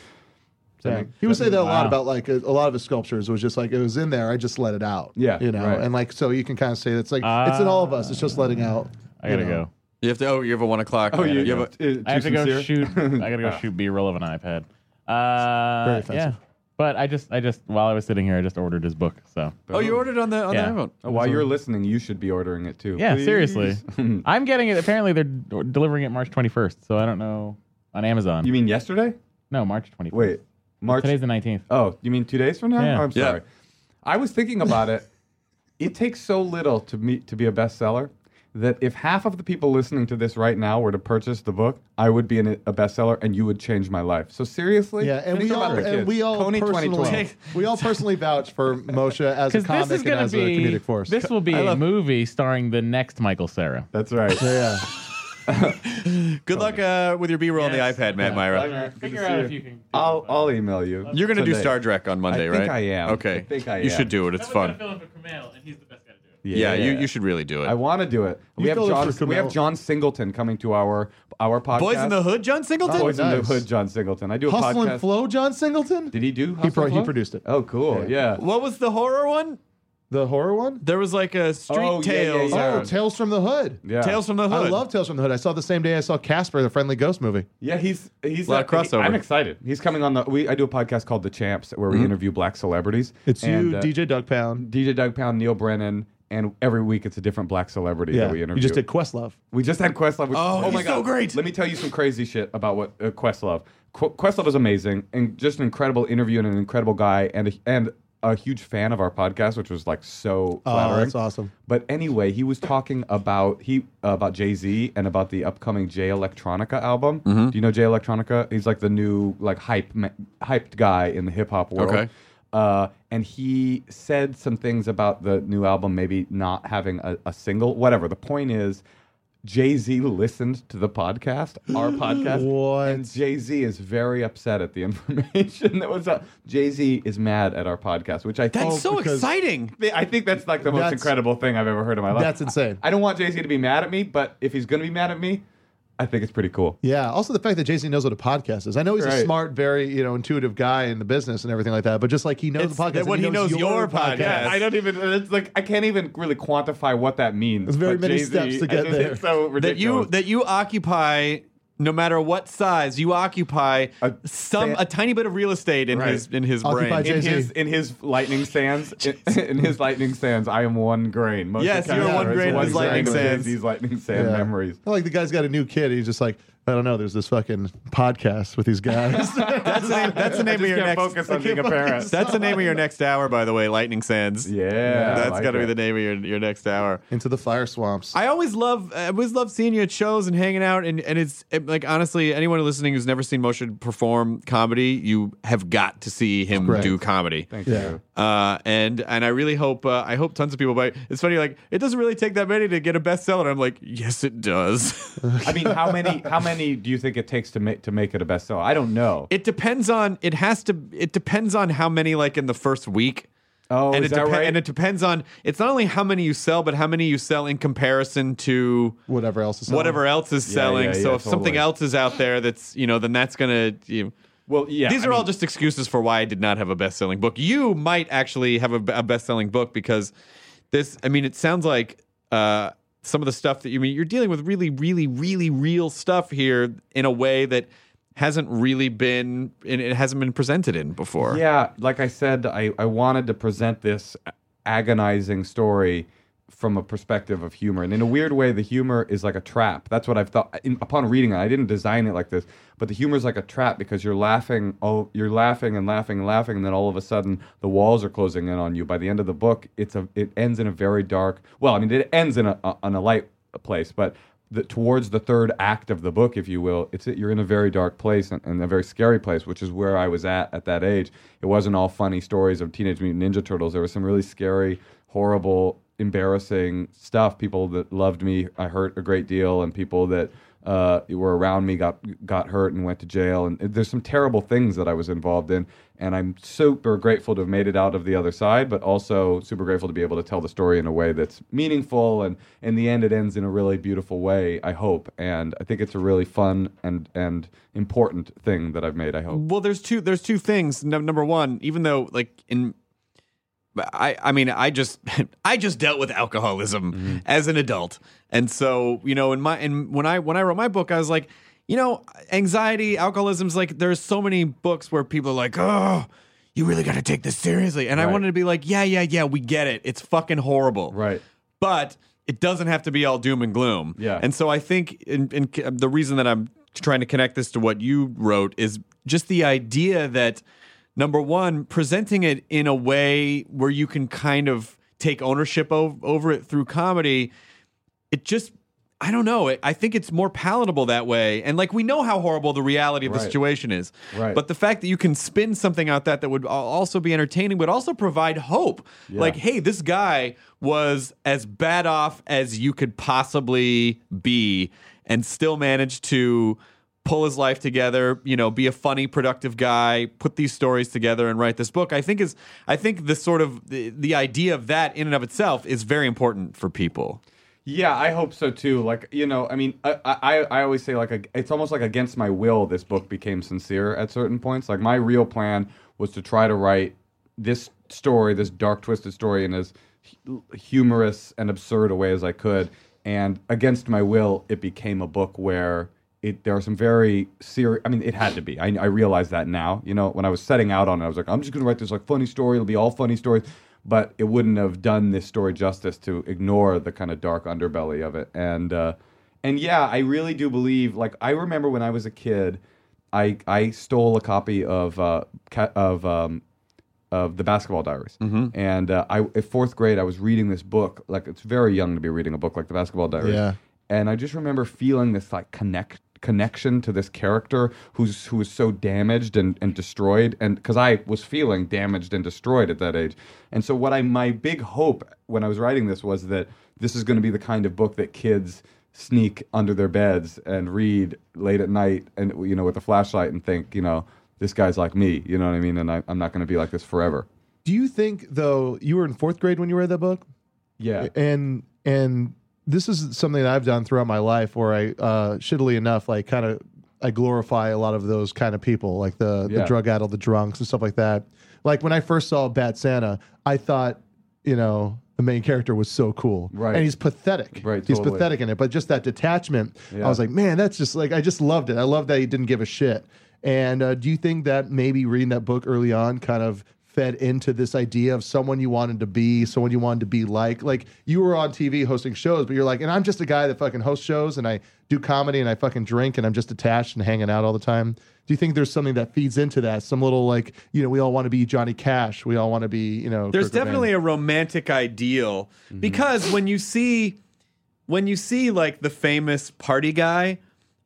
Speaker 4: Yeah. He would say that a lot about like a, a lot of his sculptures was just like it was in there. I just let it out.
Speaker 5: Yeah,
Speaker 4: you know,
Speaker 5: right.
Speaker 4: and like so you can kind of say it's like it's in all of us. It's just letting out.
Speaker 5: Ah,
Speaker 3: I gotta go.
Speaker 1: You have to oh you have a one o'clock.
Speaker 5: Oh, you,
Speaker 1: have a,
Speaker 3: I have to go shoot. I gotta
Speaker 5: Oh.
Speaker 3: go shoot B-roll of an iPad.
Speaker 4: Very
Speaker 3: Uh,
Speaker 4: offensive.
Speaker 3: yeah, but I just, I just, while I was sitting here, I just ordered his book. So
Speaker 1: oh you ordered on the on
Speaker 3: Yeah.
Speaker 1: the iPhone.
Speaker 5: Oh, While you're listening, you should be ordering it too.
Speaker 3: yeah,
Speaker 5: please.
Speaker 3: seriously, I'm getting it. Apparently, they're d- delivering it March 21st. So I don't know on Amazon.
Speaker 5: You mean yesterday?
Speaker 3: no, March 21st.
Speaker 5: Wait, March.
Speaker 3: today's the 19th.
Speaker 5: Oh, you mean two days from now?
Speaker 3: Yeah.
Speaker 5: Oh, I'm
Speaker 1: Yeah.
Speaker 5: sorry. I was thinking about it. It takes so little to me to be a bestseller that if half of the people listening to this right now were to purchase the book, I would be in a a bestseller and you would change my life. So seriously,
Speaker 4: Yeah, and
Speaker 5: think
Speaker 4: we
Speaker 5: about
Speaker 4: all
Speaker 5: the
Speaker 4: and
Speaker 5: kids.
Speaker 4: we all
Speaker 5: Coney 2012.
Speaker 4: personally we all personally vouch for Moshe as a
Speaker 3: Because
Speaker 4: comic
Speaker 3: this is
Speaker 4: and
Speaker 3: gonna
Speaker 4: as a
Speaker 3: be
Speaker 4: comedic force.
Speaker 3: this will be a movie starring the next Michael Sarah.
Speaker 5: That's right.
Speaker 4: yeah,
Speaker 1: Good luck uh, with your B roll on
Speaker 3: Yes.
Speaker 1: the iPad, Matt Myra.
Speaker 5: Good to
Speaker 3: Figure
Speaker 5: see
Speaker 3: out if you can.
Speaker 5: I'll I'll email you.
Speaker 1: You're gonna do
Speaker 5: today.
Speaker 1: Star Trek on Monday,
Speaker 5: I
Speaker 1: right?
Speaker 5: think I am.
Speaker 1: Okay.
Speaker 5: I think I
Speaker 1: You should
Speaker 5: am.
Speaker 1: do it. It's fun.
Speaker 3: and he's the best guy to do it.
Speaker 1: Yeah, you, you should really do it.
Speaker 5: I want to do it. We
Speaker 4: You
Speaker 5: have
Speaker 4: feel
Speaker 5: John.
Speaker 4: for
Speaker 5: We have
Speaker 4: Kumail.
Speaker 5: John Singleton coming to our our podcast.
Speaker 1: Boys in the Hood, John Singleton.
Speaker 5: Boys in the
Speaker 4: Nice.
Speaker 5: Hood. John Singleton. I do a
Speaker 4: Hustle
Speaker 5: podcast.
Speaker 4: and Flow, John Singleton,
Speaker 5: Did he do? Hustle
Speaker 4: pro-
Speaker 5: and
Speaker 4: he
Speaker 5: Flow?
Speaker 4: produced it. Uh,
Speaker 5: Oh, cool. Yeah.
Speaker 1: What was the horror one?
Speaker 4: the horror one.
Speaker 1: There was like a Street
Speaker 5: Oh, yeah, yeah,
Speaker 1: Tales.
Speaker 5: yeah.
Speaker 4: Oh, Tales from the Hood.
Speaker 5: Yeah.
Speaker 1: Tales from the Hood.
Speaker 4: I love Tales from the Hood. I saw the same day I saw Casper, the friendly ghost movie.
Speaker 5: Yeah, he's he's
Speaker 1: Lot of
Speaker 5: he-
Speaker 1: crossover.
Speaker 5: I'm excited. Mm-hmm. He's coming on the. We I do a podcast called The Champs where we interview black celebrities.
Speaker 4: It's
Speaker 5: And,
Speaker 4: you,
Speaker 5: uh,
Speaker 4: DJ Doug Pound.
Speaker 5: DJ Doug Pound, Neil Brennan, and every week it's a different black celebrity
Speaker 4: Yeah,
Speaker 5: that we
Speaker 4: you
Speaker 5: interview.
Speaker 4: just did Questlove.
Speaker 5: We just had Questlove. Which,
Speaker 1: Oh, he's so great.
Speaker 5: Let me tell you some crazy shit about what uh, Questlove. Qu- Questlove is amazing and just an incredible interview and an incredible guy and a, and a huge fan of our podcast, which was like so flattering.
Speaker 4: Oh, that's awesome.
Speaker 5: But anyway, he was talking about he uh, about Jay Z and about the upcoming Jay Electronica album.
Speaker 1: Mm-hmm.
Speaker 5: Do you know Jay Electronica? He's like the new like hype ma- hyped guy in the hip hop world.
Speaker 1: Okay.
Speaker 5: Uh, and he said some things about the new album, maybe not having a, a single, whatever. The point is, Jay Z listened to the podcast, our podcast,
Speaker 4: What?
Speaker 5: and Jay Z is very upset at the information that was up. Jay Z is mad at our podcast, which I
Speaker 1: That's
Speaker 5: think,
Speaker 1: so
Speaker 4: because-
Speaker 1: exciting.
Speaker 5: I think that's like the most
Speaker 4: That's-
Speaker 5: incredible thing I've ever heard in my life.
Speaker 4: That's insane.
Speaker 5: I don't want Jay Z to be mad at me, but if he's gonna be mad at me, I think it's pretty cool.
Speaker 4: Yeah. Also, the fact that Jay Z knows what a podcast is. I know he's
Speaker 5: Right.
Speaker 4: a smart, very you know intuitive guy in the business and everything like that. But just like he knows
Speaker 1: It's
Speaker 4: the podcast,
Speaker 1: that
Speaker 4: and
Speaker 1: when he knows your podcast.
Speaker 5: Yeah, I don't even. It's like I can't even really quantify what that means.
Speaker 4: There's very
Speaker 5: but
Speaker 4: many
Speaker 5: Jay-Z,
Speaker 4: steps to
Speaker 5: I
Speaker 4: get
Speaker 5: just-
Speaker 4: there.
Speaker 5: It's so
Speaker 1: That you
Speaker 5: ridiculous.
Speaker 1: that you occupy no matter what size you occupy,
Speaker 5: A
Speaker 1: some
Speaker 5: fan-
Speaker 1: a tiny bit of real estate in
Speaker 5: Right.
Speaker 1: his in his
Speaker 4: Occupy
Speaker 1: brain.
Speaker 4: Jay-Z.
Speaker 5: in his in his lightning sands in, in his lightning sands I am one grain. Most
Speaker 1: Yes,
Speaker 5: of
Speaker 4: you're
Speaker 5: Kanye
Speaker 4: one
Speaker 5: West's
Speaker 4: grain in
Speaker 5: one
Speaker 4: his lightning
Speaker 5: grain of
Speaker 1: sands.
Speaker 5: These lightning sand
Speaker 4: Yeah.
Speaker 5: memories.
Speaker 4: Like the guy's got a new kid. He's just like, I don't know. There's this fucking podcast with these guys.
Speaker 1: That's the name, that's the name
Speaker 5: I
Speaker 1: of
Speaker 5: just
Speaker 1: your
Speaker 5: can't
Speaker 1: next.
Speaker 5: focus on being a parent.
Speaker 1: That's the name of your next hour, by the way. Lightning Sands.
Speaker 5: yeah,
Speaker 1: That's
Speaker 5: I like
Speaker 1: got to be
Speaker 5: it.
Speaker 1: the name of your your next hour.
Speaker 4: Into the fire swamps.
Speaker 1: I always love I always love seeing you at shows and hanging out and and it's it, like honestly anyone listening who's never seen Moshe perform comedy you have got to see him
Speaker 4: Correct.
Speaker 1: do comedy.
Speaker 5: Thank
Speaker 4: Yeah.
Speaker 5: you.
Speaker 1: Uh, and and I really hope uh, I hope tons of people buy. It's funny like it doesn't really take that many to get a bestseller. I'm like yes it does.
Speaker 5: I mean, how many how many do you think it takes to make to make it a bestseller? I don't know.
Speaker 1: it depends on it has to it depends on how many like in the first week.
Speaker 5: oh,
Speaker 1: and
Speaker 5: is
Speaker 1: it
Speaker 5: that
Speaker 1: depe-
Speaker 5: right?
Speaker 1: and it depends on it's not only how many you sell, but how many you sell in comparison to
Speaker 4: whatever else is.
Speaker 1: whatever else is
Speaker 5: Yeah,
Speaker 1: selling.
Speaker 5: yeah,
Speaker 1: so if
Speaker 5: yeah,
Speaker 1: something
Speaker 5: totally.
Speaker 1: else is out there that's you know, then that's gonna. You
Speaker 5: well, yeah.
Speaker 1: these
Speaker 5: I
Speaker 1: are all
Speaker 5: mean,
Speaker 1: just excuses for why I did not have a best-selling book. You might actually have a, a best-selling book because this. I mean, it sounds like uh, some of the stuff that you I mean. You're dealing with really, really, really real stuff here in a way that hasn't really been. It it hasn't been presented in before.
Speaker 5: Yeah, like I said, I, I wanted to present this agonizing story from a perspective of humor. And in a weird way, the humor is like a trap. That's what I've thought in, upon reading it. I didn't design it like this, but the humor is like a trap because you're laughing, oh, you're laughing and laughing and laughing, and then all of a sudden the walls are closing in on you. By the end of the book, it's a it ends in a very dark. Well, I mean, it ends in a on a light place, but the, towards the third act of the book, if you will, it's you're in a very dark place and, and a very scary place, which is where I was at at that age. It wasn't all funny stories of Teenage Mutant Ninja Turtles. There was some really scary, horrible, embarrassing stuff. People that loved me, I hurt a great deal, and people that uh, were around me got got hurt and went to jail. And there's some terrible things that I was involved in, and I'm super grateful to have made it out of the other side, but also super grateful to be able to tell the story in a way that's meaningful. And in the end, it ends in a really beautiful way. I hope, and I think it's a really fun and and important thing that I've made. I hope.
Speaker 1: Well, there's two. There's two things. Num number one, even though like in, I I mean I just I just dealt with alcoholism as an adult, and so you know in my and when I when I wrote my book, I was like, you know, anxiety, alcoholism's like there's so many books where people are like, oh. You really got to take this seriously. And I
Speaker 5: Right.
Speaker 1: wanted to be like, yeah, yeah, yeah, we get it. It's fucking horrible
Speaker 5: Right.
Speaker 1: but it doesn't have to be all doom and gloom.
Speaker 5: Yeah.
Speaker 1: And so I think in, in, the reason that I'm trying to connect this to what you wrote is just the idea that number one, presenting it in a way where you can kind of take ownership o- over it through comedy it just I don't know. It, I think it's more palatable that way. And like we know how horrible the reality of the
Speaker 5: Right.
Speaker 1: situation is.
Speaker 5: Right.
Speaker 1: But the fact that you can spin something out that that would al- also be entertaining would also provide hope. Like hey, this guy was as bad off as you could possibly be and still managed to pull his life together, you know, be a funny, productive guy, put these stories together and write this book. I think is I think the sort of the, the idea of that in and of itself is very important for people.
Speaker 5: Yeah, I hope so too. Like you know, I mean, I I, I always say like a, it's almost like against my will. This book became sincere at certain points. Like my real plan was to try to write this story, this dark, twisted story, in as hu- humorous and absurd a way as I could. And against my will, it became a book where it there are some very serious. I mean, it had to be. I, I realize that now. You know, when I was setting out on it, I was like, I'm just going to write this like funny story. It'll be all funny stories, but it wouldn't have done this story justice to ignore the kind of dark underbelly of it. And uh, and yeah, I really do believe. Like, I remember when I was a kid, I I stole a copy of uh, ca- of um, of the basketball diaries and uh, i at fourth grade i was reading this book like it's very young to be reading a book like the basketball diaries
Speaker 4: Yeah.
Speaker 5: and i just remember feeling this like connect connection to this character who's who was so damaged and, and destroyed and because i was feeling damaged and destroyed at that age and so what i my big hope when i was writing this was that this is going to be the kind of book that kids sneak under their beds and read late at night and you know with a flashlight and think you know this guy's like me, you know what I mean? And I, I'm not going to be like this forever.
Speaker 4: Do you think though you were in fourth grade when you read that book?
Speaker 5: Yeah.
Speaker 4: and and this is something that I've done throughout my life where I uh shittily enough like kind of I glorify a lot of those kind of people like the the
Speaker 5: Yeah.
Speaker 4: drug addle the drunks and stuff like that like when I first saw Bat Santa I thought you know the main character was so cool.
Speaker 5: Right.
Speaker 4: And he's pathetic.
Speaker 5: Right,
Speaker 4: He's
Speaker 5: totally.
Speaker 4: pathetic in it. But just that detachment,
Speaker 5: Yeah.
Speaker 4: I was like, man, that's just like, I just loved it. I love that he didn't give a shit. And uh, do you think that maybe reading that book early on kind of fed into this idea of someone you wanted to be, someone you wanted to be like? Like you were on TV hosting shows, but you're like, and I'm just a guy that fucking hosts shows and I do comedy and I fucking drink and I'm just attached and hanging out all the time. Do you think there's something that feeds into that? Some little like, you know, we all want to be Johnny Cash. We all want to be, you know,
Speaker 1: There's
Speaker 4: Kurt Cobain.
Speaker 1: definitely a romantic ideal
Speaker 4: Mm-hmm.
Speaker 1: because when you see when you see like the famous party guy,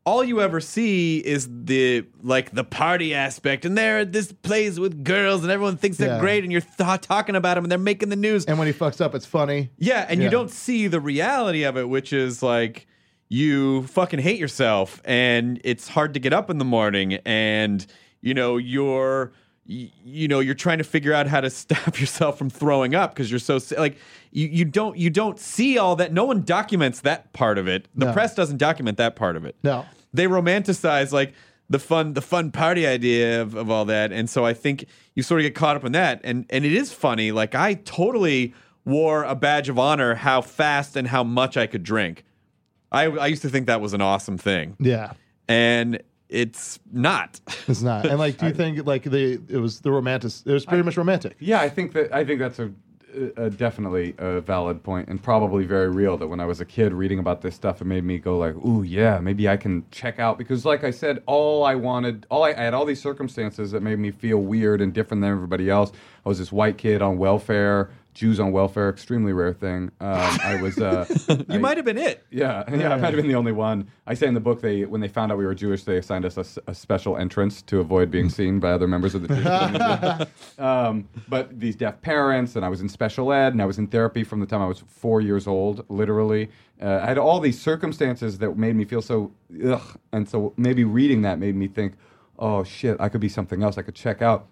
Speaker 1: all you ever see is the like the party aspect, and they're at this plays with girls, and everyone thinks they're
Speaker 4: Yeah.
Speaker 1: great, and you're th- talking about them, and they're making the news.
Speaker 4: And when he fucks up, it's funny.
Speaker 1: Yeah, and you
Speaker 4: Yeah.
Speaker 1: don't see the reality of it, which is like you fucking hate yourself and it's hard to get up in the morning and you know you're y- you know you're trying to figure out how to stop yourself from throwing up because you're so si- like you, you don't you don't see all that no one documents that part of it the
Speaker 4: No.
Speaker 1: press doesn't document that part of it
Speaker 4: No.
Speaker 1: they romanticize like the fun the fun party idea of, of all that and so i think you sort of get caught up in that and and it is funny like i totally wore a badge of honor how fast and how much i could drink i i used to think that was an awesome thing
Speaker 4: Yeah.
Speaker 1: and it's not
Speaker 4: It's not. And like, do you think like the it was the romantic? It was pretty much romantic.
Speaker 5: Yeah, I think that I think that's a, a definitely a valid point and probably very real. That when I was a kid reading about this stuff, it made me go like, "Ooh, yeah, maybe I can check out." Because, like I said, all I wanted, all I, I had, all these circumstances that made me feel weird and different than everybody else. I was this white kid on welfare. Jews on welfare, extremely rare thing. Um, I was. Uh,
Speaker 1: you might have been it
Speaker 5: Yeah, yeah, I might have been the only one. I say in the book, they when they found out we were Jewish, they assigned us a s- a, special entrance to avoid being seen by other members of the Jewish community. um, but these deaf parents, and I was in special ed, and I was in therapy from the time I was four years old, literally. Uh, I had all these circumstances that made me feel so ugh, and so maybe reading that made me think, oh shit, I could be something else. I could check out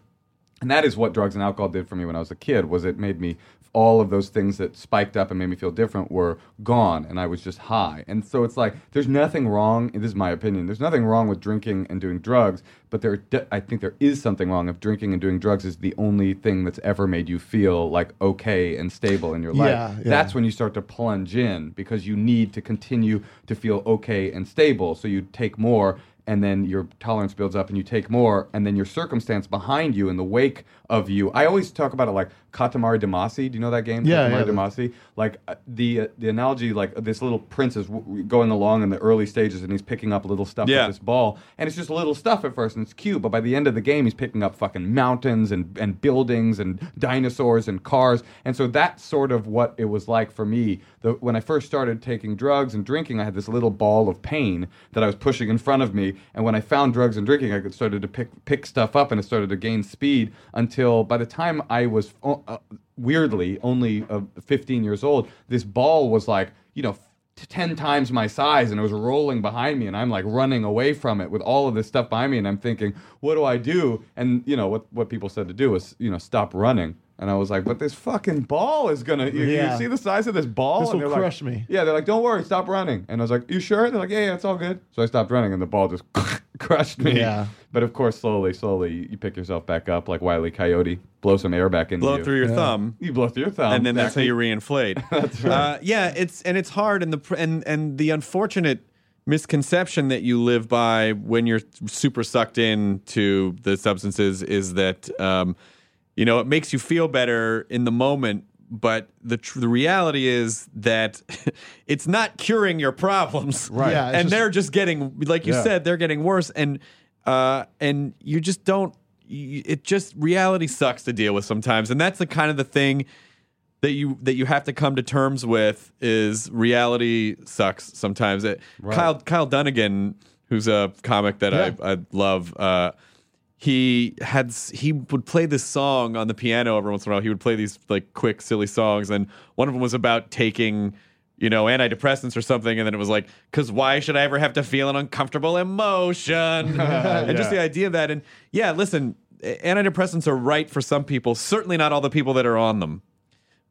Speaker 5: and that is what drugs and alcohol did for me when i was a kid was it made me all of those things that spiked up and made me feel different were gone and i was just high and so it's like there's nothing wrong and this is my opinion there's nothing wrong with drinking and doing drugs but there de- i think there is something wrong if drinking and doing drugs is the only thing that's ever made you feel like okay and stable in your life
Speaker 4: Yeah, yeah.
Speaker 5: that's when you start to plunge in because you need to continue to feel okay and stable. So you take more and then your tolerance builds up and you take more and then your circumstance behind you in the wake of you. I always talk about it like Katamari Damacy. Do you know that game?
Speaker 4: Yeah,
Speaker 5: Katamari
Speaker 4: yeah.
Speaker 5: Damacy. Like uh, the uh, the analogy like this little prince is w- w- going along in the early stages and he's picking up little stuff with
Speaker 1: Yeah.
Speaker 5: this ball and it's just little stuff at first and it's cute but by the end of the game he's picking up fucking mountains and, and buildings and dinosaurs and cars and so that's sort of what it was like for me the, when i first started taking drugs and drinking i had this little ball of pain that i was pushing in front of me and when i found drugs and drinking i could- started to pick, pick stuff up and it started to gain speed until by the time i was o- uh, weirdly only uh, 15 years old this ball was like you know t- 10 times my size and it was rolling behind me and I'm like running away from it with all of this stuff behind me and I'm thinking what do I do and you know what what people said to do was you know stop running and I was like but this fucking ball is gonna you, you
Speaker 4: Yeah.
Speaker 5: see the size of this ball
Speaker 4: This
Speaker 5: And
Speaker 4: will
Speaker 5: they're like-
Speaker 4: crush me.
Speaker 5: yeah they're like don't worry stop running and I was like you sure they're like yeah yeah it's all good so I stopped running and the ball just crushed me
Speaker 4: Yeah.
Speaker 5: but of course slowly slowly you pick yourself back up like Wiley Coyote blow some air back into
Speaker 1: blow
Speaker 5: you
Speaker 1: through your thumb
Speaker 5: you blow through your thumb
Speaker 1: and then that's how
Speaker 5: exactly.
Speaker 1: you reinflate. that's right. Uh, yeah, it's and it's hard, and the pr- and and the unfortunate misconception that you live by when you're super sucked in to the substances is that um, you know it makes you feel better in the moment. But the tr- the reality is that it's not curing your problems,
Speaker 4: Right. Yeah, it's
Speaker 1: and
Speaker 4: just-
Speaker 1: they're just getting, like you
Speaker 5: Yeah.
Speaker 1: said, they're getting worse, and uh, and you just don't. You, it just reality sucks to deal with sometimes, and that's the kind of the thing that you that you have to come to terms with is reality sucks sometimes. It, Kyle Kyle Dunnigan, who's a comic that I, I love, uh, he had s- he would play this song on the piano every once in a while. He would play these like quick silly songs, and one of them was about taking. You know, antidepressants or something, and then it was like, "Cause why should I ever have to feel an uncomfortable emotion?" And just the idea of that, and yeah, listen, a- antidepressants are right for some people. Certainly not all the people that are on them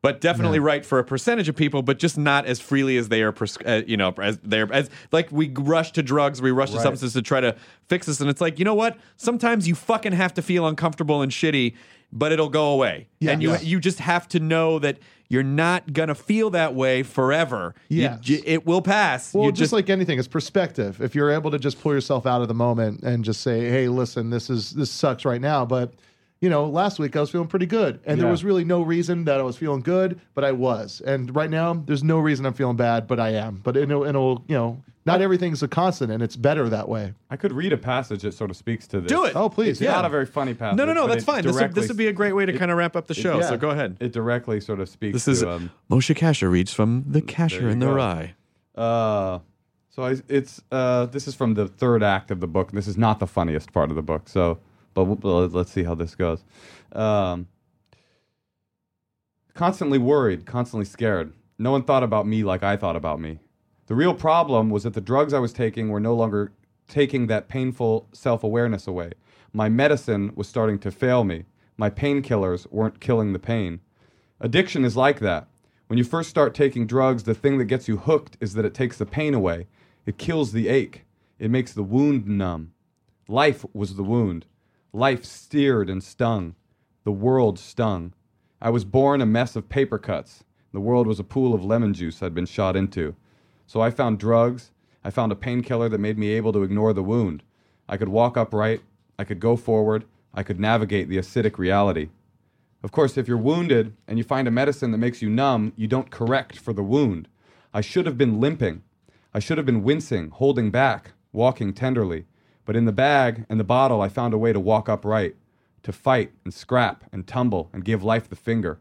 Speaker 1: but definitely right for a percentage of people, but just not as freely as they are. Pres- uh, you know, as they're as like we rush to drugs, we rush to substances to try to fix this, and it's like you know what? Sometimes you fucking have to feel uncomfortable and shitty but it'll go away.
Speaker 4: Yeah.
Speaker 1: and you
Speaker 4: Yeah.
Speaker 1: you just have to know that you're not gonna feel that way forever. You
Speaker 4: Yes.
Speaker 1: j- it will pass.
Speaker 4: Well,
Speaker 1: you
Speaker 4: just, like anything, it's perspective. If you're able to just pull yourself out of the moment and just say, "Hey, listen, this is this sucks right now," but you know, last week I was feeling pretty good, and there
Speaker 5: Yeah.
Speaker 4: was really no reason that I was feeling good, but I was. And right now, there's no reason I'm feeling bad, but I am. But it, it'll, it'll, you know, not everything's a constant, and it's better that way.
Speaker 5: I could read a passage that sort of speaks to this.
Speaker 1: do it.
Speaker 4: Oh, please,
Speaker 5: It's not a very funny passage.
Speaker 1: no, no, no.
Speaker 5: but
Speaker 1: That's
Speaker 5: it
Speaker 1: fine. This would,
Speaker 5: directly-
Speaker 1: this would be a great way to kind of wrap up the show.
Speaker 4: yeah.
Speaker 1: So go ahead.
Speaker 5: It directly sort of speaks.
Speaker 1: This is
Speaker 5: to, um,
Speaker 1: Moshe Kasher reads from the
Speaker 5: There
Speaker 1: Kasher
Speaker 5: you
Speaker 1: and the
Speaker 5: go.
Speaker 1: Rye.
Speaker 5: Uh, so I, it's uh, this is from the third act of the book. This is not the funniest part of the book. So, but we'll, well, let's see how this goes. Um, constantly worried, constantly scared. No one thought about me like I thought about me. The real problem was that the drugs I was taking were no longer taking that painful self awareness away. My medicine was starting to fail me. My painkillers weren't killing the pain. Addiction is like that. When you first start taking drugs, the thing that gets you hooked is that it takes the pain away. It kills the ache. It makes the wound numb. Life was the wound. Life steered and stung. The world stung. I was born a mess of paper cuts. The world was a pool of lemon juice I'd been shot into. So I found drugs. I found a painkiller that made me able to ignore the wound. I could walk upright. I could go forward. I could navigate the acidic reality. Of course, if you're wounded and you find a medicine that makes you numb, you don't correct for the wound. I should have been limping. I should have been wincing, holding back, walking tenderly. But in the bag and the bottle, I found a way to walk upright, to fight and scrap and tumble and give life the finger.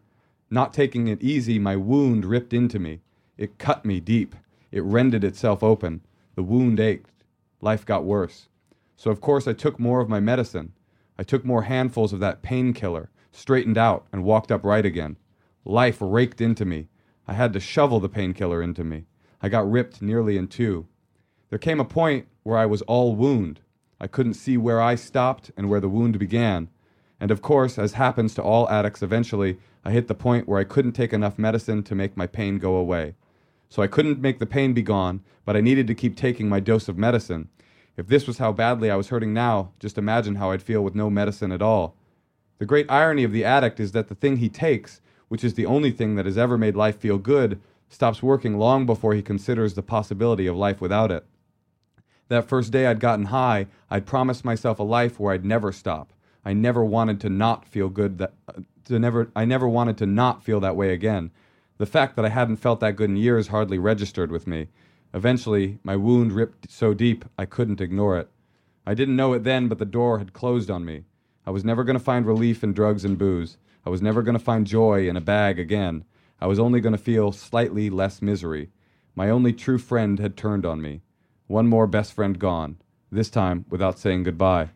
Speaker 5: Not taking it easy, my wound ripped into me. It cut me deep. It rended itself open. The wound ached. Life got worse. So, of course, I took more of my medicine. I took more handfuls of that painkiller, straightened out, and walked upright again. Life raked into me. I had to shovel the painkiller into me. I got ripped nearly in two. There came a point where I was all wound. I couldn't see where I stopped and where the wound began. And of course, as happens to all addicts eventually, I hit the point where I couldn't take enough medicine to make my pain go away. So I couldn't make the pain be gone, but I needed to keep taking my dose of medicine. If this was how badly I was hurting now, just imagine how I'd feel with no medicine at all. The great irony of the addict is that the thing he takes, which is the only thing that has ever made life feel good, stops working long before he considers the possibility of life without it. That first day I'd gotten high, I'd promised myself a life where I'd never stop. I never wanted to not feel good that uh, to never I never wanted to not feel that way again. The fact that I hadn't felt that good in years hardly registered with me. Eventually, my wound ripped so deep I couldn't ignore it. I didn't know it then, but the door had closed on me. I was never going to find relief in drugs and booze. I was never going to find joy in a bag again. I was only going to feel slightly less misery. My only true friend had turned on me. One more best friend gone, this time without saying goodbye.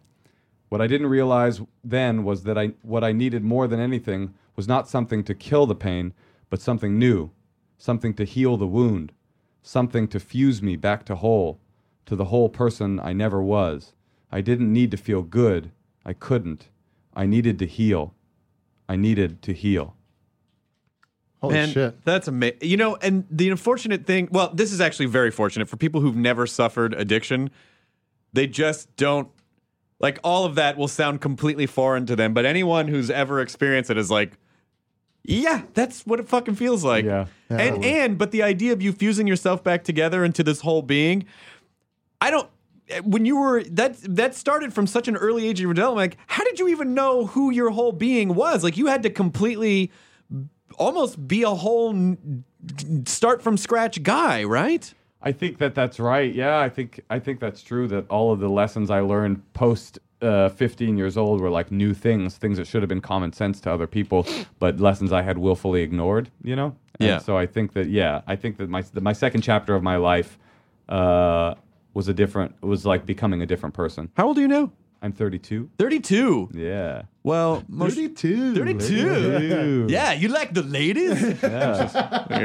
Speaker 5: What I didn't realize then was that I, what I needed more than anything was not something to kill the pain, but something new, something to heal the wound, something to fuse me back to whole, to the whole person I never was. I didn't need to feel good. I couldn't. I needed to heal. I needed to heal.
Speaker 4: Holy
Speaker 1: Man,
Speaker 4: shit!
Speaker 1: That's amazing. You know, and the unfortunate thing, well, this is actually very fortunate for people who've never suffered addiction. They just don't like all of that will sound completely foreign to them, but anyone who's ever experienced it is like, yeah, that's what it fucking feels like.
Speaker 5: Yeah.
Speaker 4: Yeah,
Speaker 1: and
Speaker 4: totally.
Speaker 1: and but the idea of you fusing yourself back together into this whole being, I don't when you were that that started from such an early age of your development, like, how did you even know who your whole being was? Like you had to completely almost be a whole n- start from scratch guy, right?
Speaker 5: I think that that's right. Yeah, I think I think that's true. That all of the lessons I learned post uh, 15 years old were like new things, things that should have been common sense to other people, but lessons I had willfully ignored. You know. And
Speaker 1: Yeah.
Speaker 5: So I think that yeah, I think that my that my second chapter of my life uh, was a different was like becoming a different person.
Speaker 1: How old are you now?
Speaker 5: I'm 32.
Speaker 1: 32.
Speaker 5: Yeah.
Speaker 1: Well, most-
Speaker 4: Thirty-two.
Speaker 1: 32. yeah, you like the ladies? you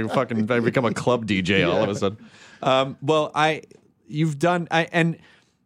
Speaker 1: fucking I become a club DJ all of a sudden. Um, well, I you've done I and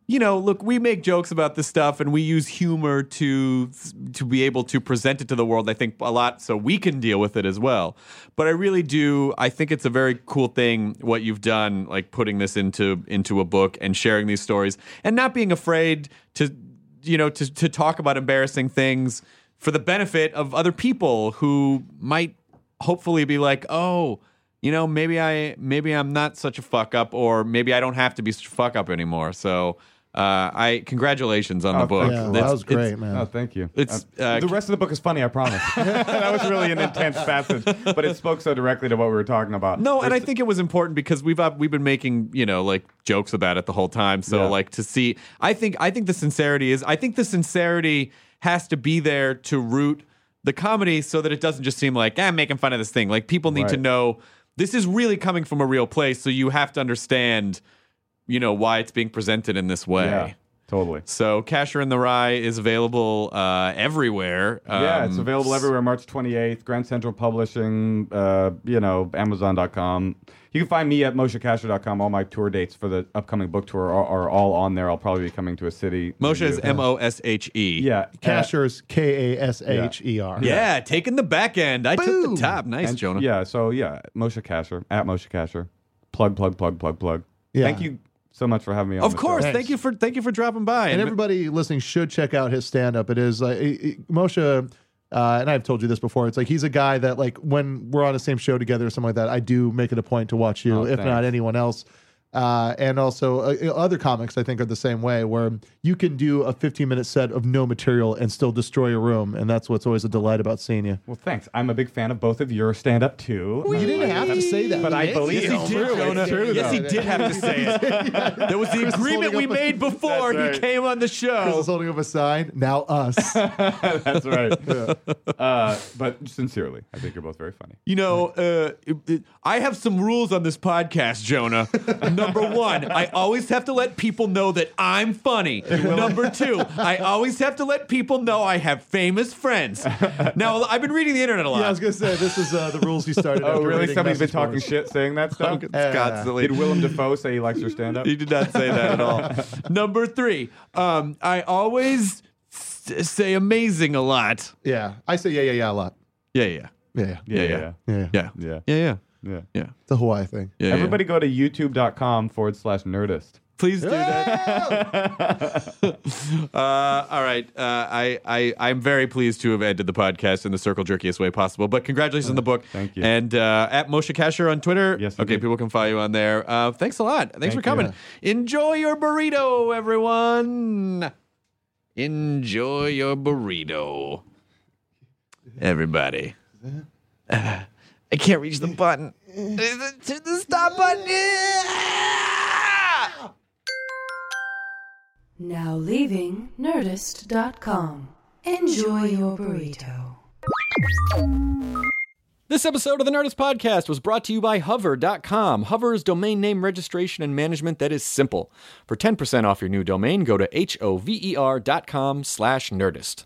Speaker 1: you know, look, we make jokes about this stuff and we use humor to to be able to present it to the world I think a lot so we can deal with it as well. But I really do I think it's a very cool thing what you've done like putting this into into a book and sharing these stories and not being afraid to you know to to talk about embarrassing things for the benefit of other people who might hopefully be like, oh, you know, maybe I maybe I'm not such a fuck up, or maybe I don't have to be such a fuck up anymore. So, uh, I congratulations on the
Speaker 5: Oh,
Speaker 1: book.
Speaker 5: thank
Speaker 4: Yeah,
Speaker 5: you.
Speaker 4: well,
Speaker 1: That's-
Speaker 4: that was
Speaker 1: it's-
Speaker 4: great, man.
Speaker 5: Oh, thank you.
Speaker 1: It's,
Speaker 5: Uh,
Speaker 1: uh,
Speaker 5: the rest of the book is funny, I promise. that was really an intense passage, but it spoke so directly to what we were talking about.
Speaker 1: No, and I think it was important because we've uh, we've been making you know like jokes about it the whole time. So
Speaker 5: Yeah.
Speaker 1: like to see, I think I think the sincerity is I think the sincerity has to be there to root the comedy so that it doesn't just seem like ah, I'm making fun of this thing. Like people need to
Speaker 5: Right.
Speaker 1: know this is really coming from a real place. So you have to understand, you know, why it's being presented in this way.
Speaker 5: yeah, totally.
Speaker 1: So Casher in the Rye is available uh, everywhere.
Speaker 5: yeah, it's
Speaker 1: Um,
Speaker 5: available everywhere. March 28th, Grand Central Publishing, uh, you know, Amazon.com. You can find me at moshekasher.com. All my tour dates for the upcoming book tour are, are all on there. I'll probably be coming to a city. near
Speaker 1: Moshe is
Speaker 5: you.
Speaker 1: M O S H E.
Speaker 5: Yeah, uh,
Speaker 4: Cashers, K A S H E R.
Speaker 1: Yeah, taking the back end. I took
Speaker 4: Boom.
Speaker 1: the top. Nice,
Speaker 5: and-
Speaker 1: Jonah.
Speaker 5: Yeah, so yeah, Moshe Kasher at Moshe Kasher. Plug, plug, plug, plug, plug.
Speaker 4: Yeah.
Speaker 5: Thank you so much for having me on.
Speaker 1: Of
Speaker 5: the
Speaker 1: course.
Speaker 5: show.
Speaker 1: Thank you for thank you for dropping by.
Speaker 4: and everybody listening should check out his stand up. It is like it- it- Moshe, uh, and I've told you this before. It's like he's a guy that like when we're on the same show together or something like that, I do make it a point to watch you,
Speaker 5: Oh,
Speaker 4: if
Speaker 5: thanks.
Speaker 4: not anyone else. Uh, and also uh, other comics, I think, are the same way, where you can do a 15 minute set of no material and still destroy a room, and that's what's always a delight about seeing you.
Speaker 5: Well, thanks. I'm a big fan of both of your stand up too.
Speaker 4: You didn't have to say that,
Speaker 5: But I
Speaker 4: Nick.
Speaker 5: believe
Speaker 4: Yes,
Speaker 5: it's
Speaker 4: he did,
Speaker 5: true.
Speaker 4: Jonah.
Speaker 5: It's true,
Speaker 1: yes, he
Speaker 5: though.
Speaker 1: did have to say it. There was the
Speaker 4: Chris is
Speaker 1: agreement
Speaker 4: holding
Speaker 1: we
Speaker 4: up a-
Speaker 1: made before
Speaker 5: That's
Speaker 1: he
Speaker 5: right.
Speaker 1: came on the
Speaker 4: Chris
Speaker 1: show.
Speaker 4: is holding up a sign. Now us.
Speaker 5: That's right. uh, but sincerely, I think you're both very funny.
Speaker 1: You know, uh, it- it- I have some rules on this podcast, Jonah. Number one, I always have to let people know that I'm funny. Number two, I always have to let people know I have famous friends. Now, I've been reading the internet a lot.
Speaker 4: yeah, I was gonna say this is uh, the rules you started.
Speaker 5: Oh,
Speaker 4: after
Speaker 5: really?
Speaker 4: reading
Speaker 5: Somebody's been
Speaker 4: message
Speaker 5: talking
Speaker 4: boards.
Speaker 5: shit saying that stuff?
Speaker 1: Constantly.
Speaker 5: Did Willem Dafoe say he likes your stand up?
Speaker 1: He did not say that at all. Number three, um, I always s- say amazing a lot.
Speaker 4: Yeah, I say yeah, yeah, yeah a lot.
Speaker 1: Yeah, yeah,
Speaker 4: Yeah, yeah,
Speaker 1: yeah,
Speaker 5: yeah.
Speaker 4: yeah.
Speaker 1: yeah, yeah,
Speaker 5: Yeah.
Speaker 1: yeah, yeah.
Speaker 5: Yeah.
Speaker 1: yeah.
Speaker 4: The Hawaii thing.
Speaker 1: yeah.
Speaker 5: Everybody go to youtube.com forward slash nerdist.
Speaker 1: please do that. uh, all right, uh, I, I, I'm very pleased to have ended the podcast in the circle jerkiest way possible. But congratulations on the book.
Speaker 5: Thank you.
Speaker 1: And uh, at Moshe Kasher on Twitter.
Speaker 5: Yes,
Speaker 1: Okay,
Speaker 5: indeed.
Speaker 1: people can follow you on there. Uh, thanks a lot. Thanks for coming. Enjoy your burrito, everyone. Enjoy your burrito, everybody. I can't reach the button. To the stop button.
Speaker 2: Now leaving Nerdist.com. Enjoy your burrito.
Speaker 6: This episode of the Nerdist Podcast was brought to you by Hover.com. Hover's domain name registration and management that is simple. For 10% off your new domain, go to E H-O-V-E-R.com slash nerdist.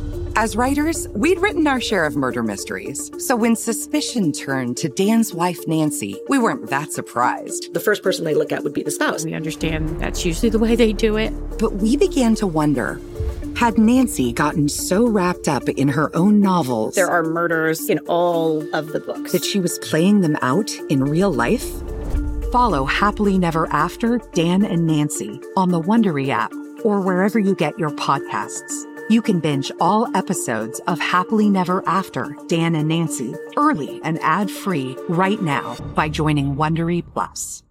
Speaker 7: As writers, we'd written our share of murder mysteries. So when suspicion turned to Dan's wife, Nancy, we weren't that surprised.
Speaker 8: The first person they look at would be the spouse.
Speaker 9: We understand that's usually the way they do it.
Speaker 7: But we began to wonder had Nancy gotten so wrapped up in her own novels
Speaker 8: There are murders in all of the books.
Speaker 7: that she was playing them out in real life? Follow Happily Never After, Dan and Nancy on the Wondery app or wherever you get your podcasts. You can binge all episodes of Happily Never After, Dan and Nancy, early and ad free right now by joining Wondery Plus.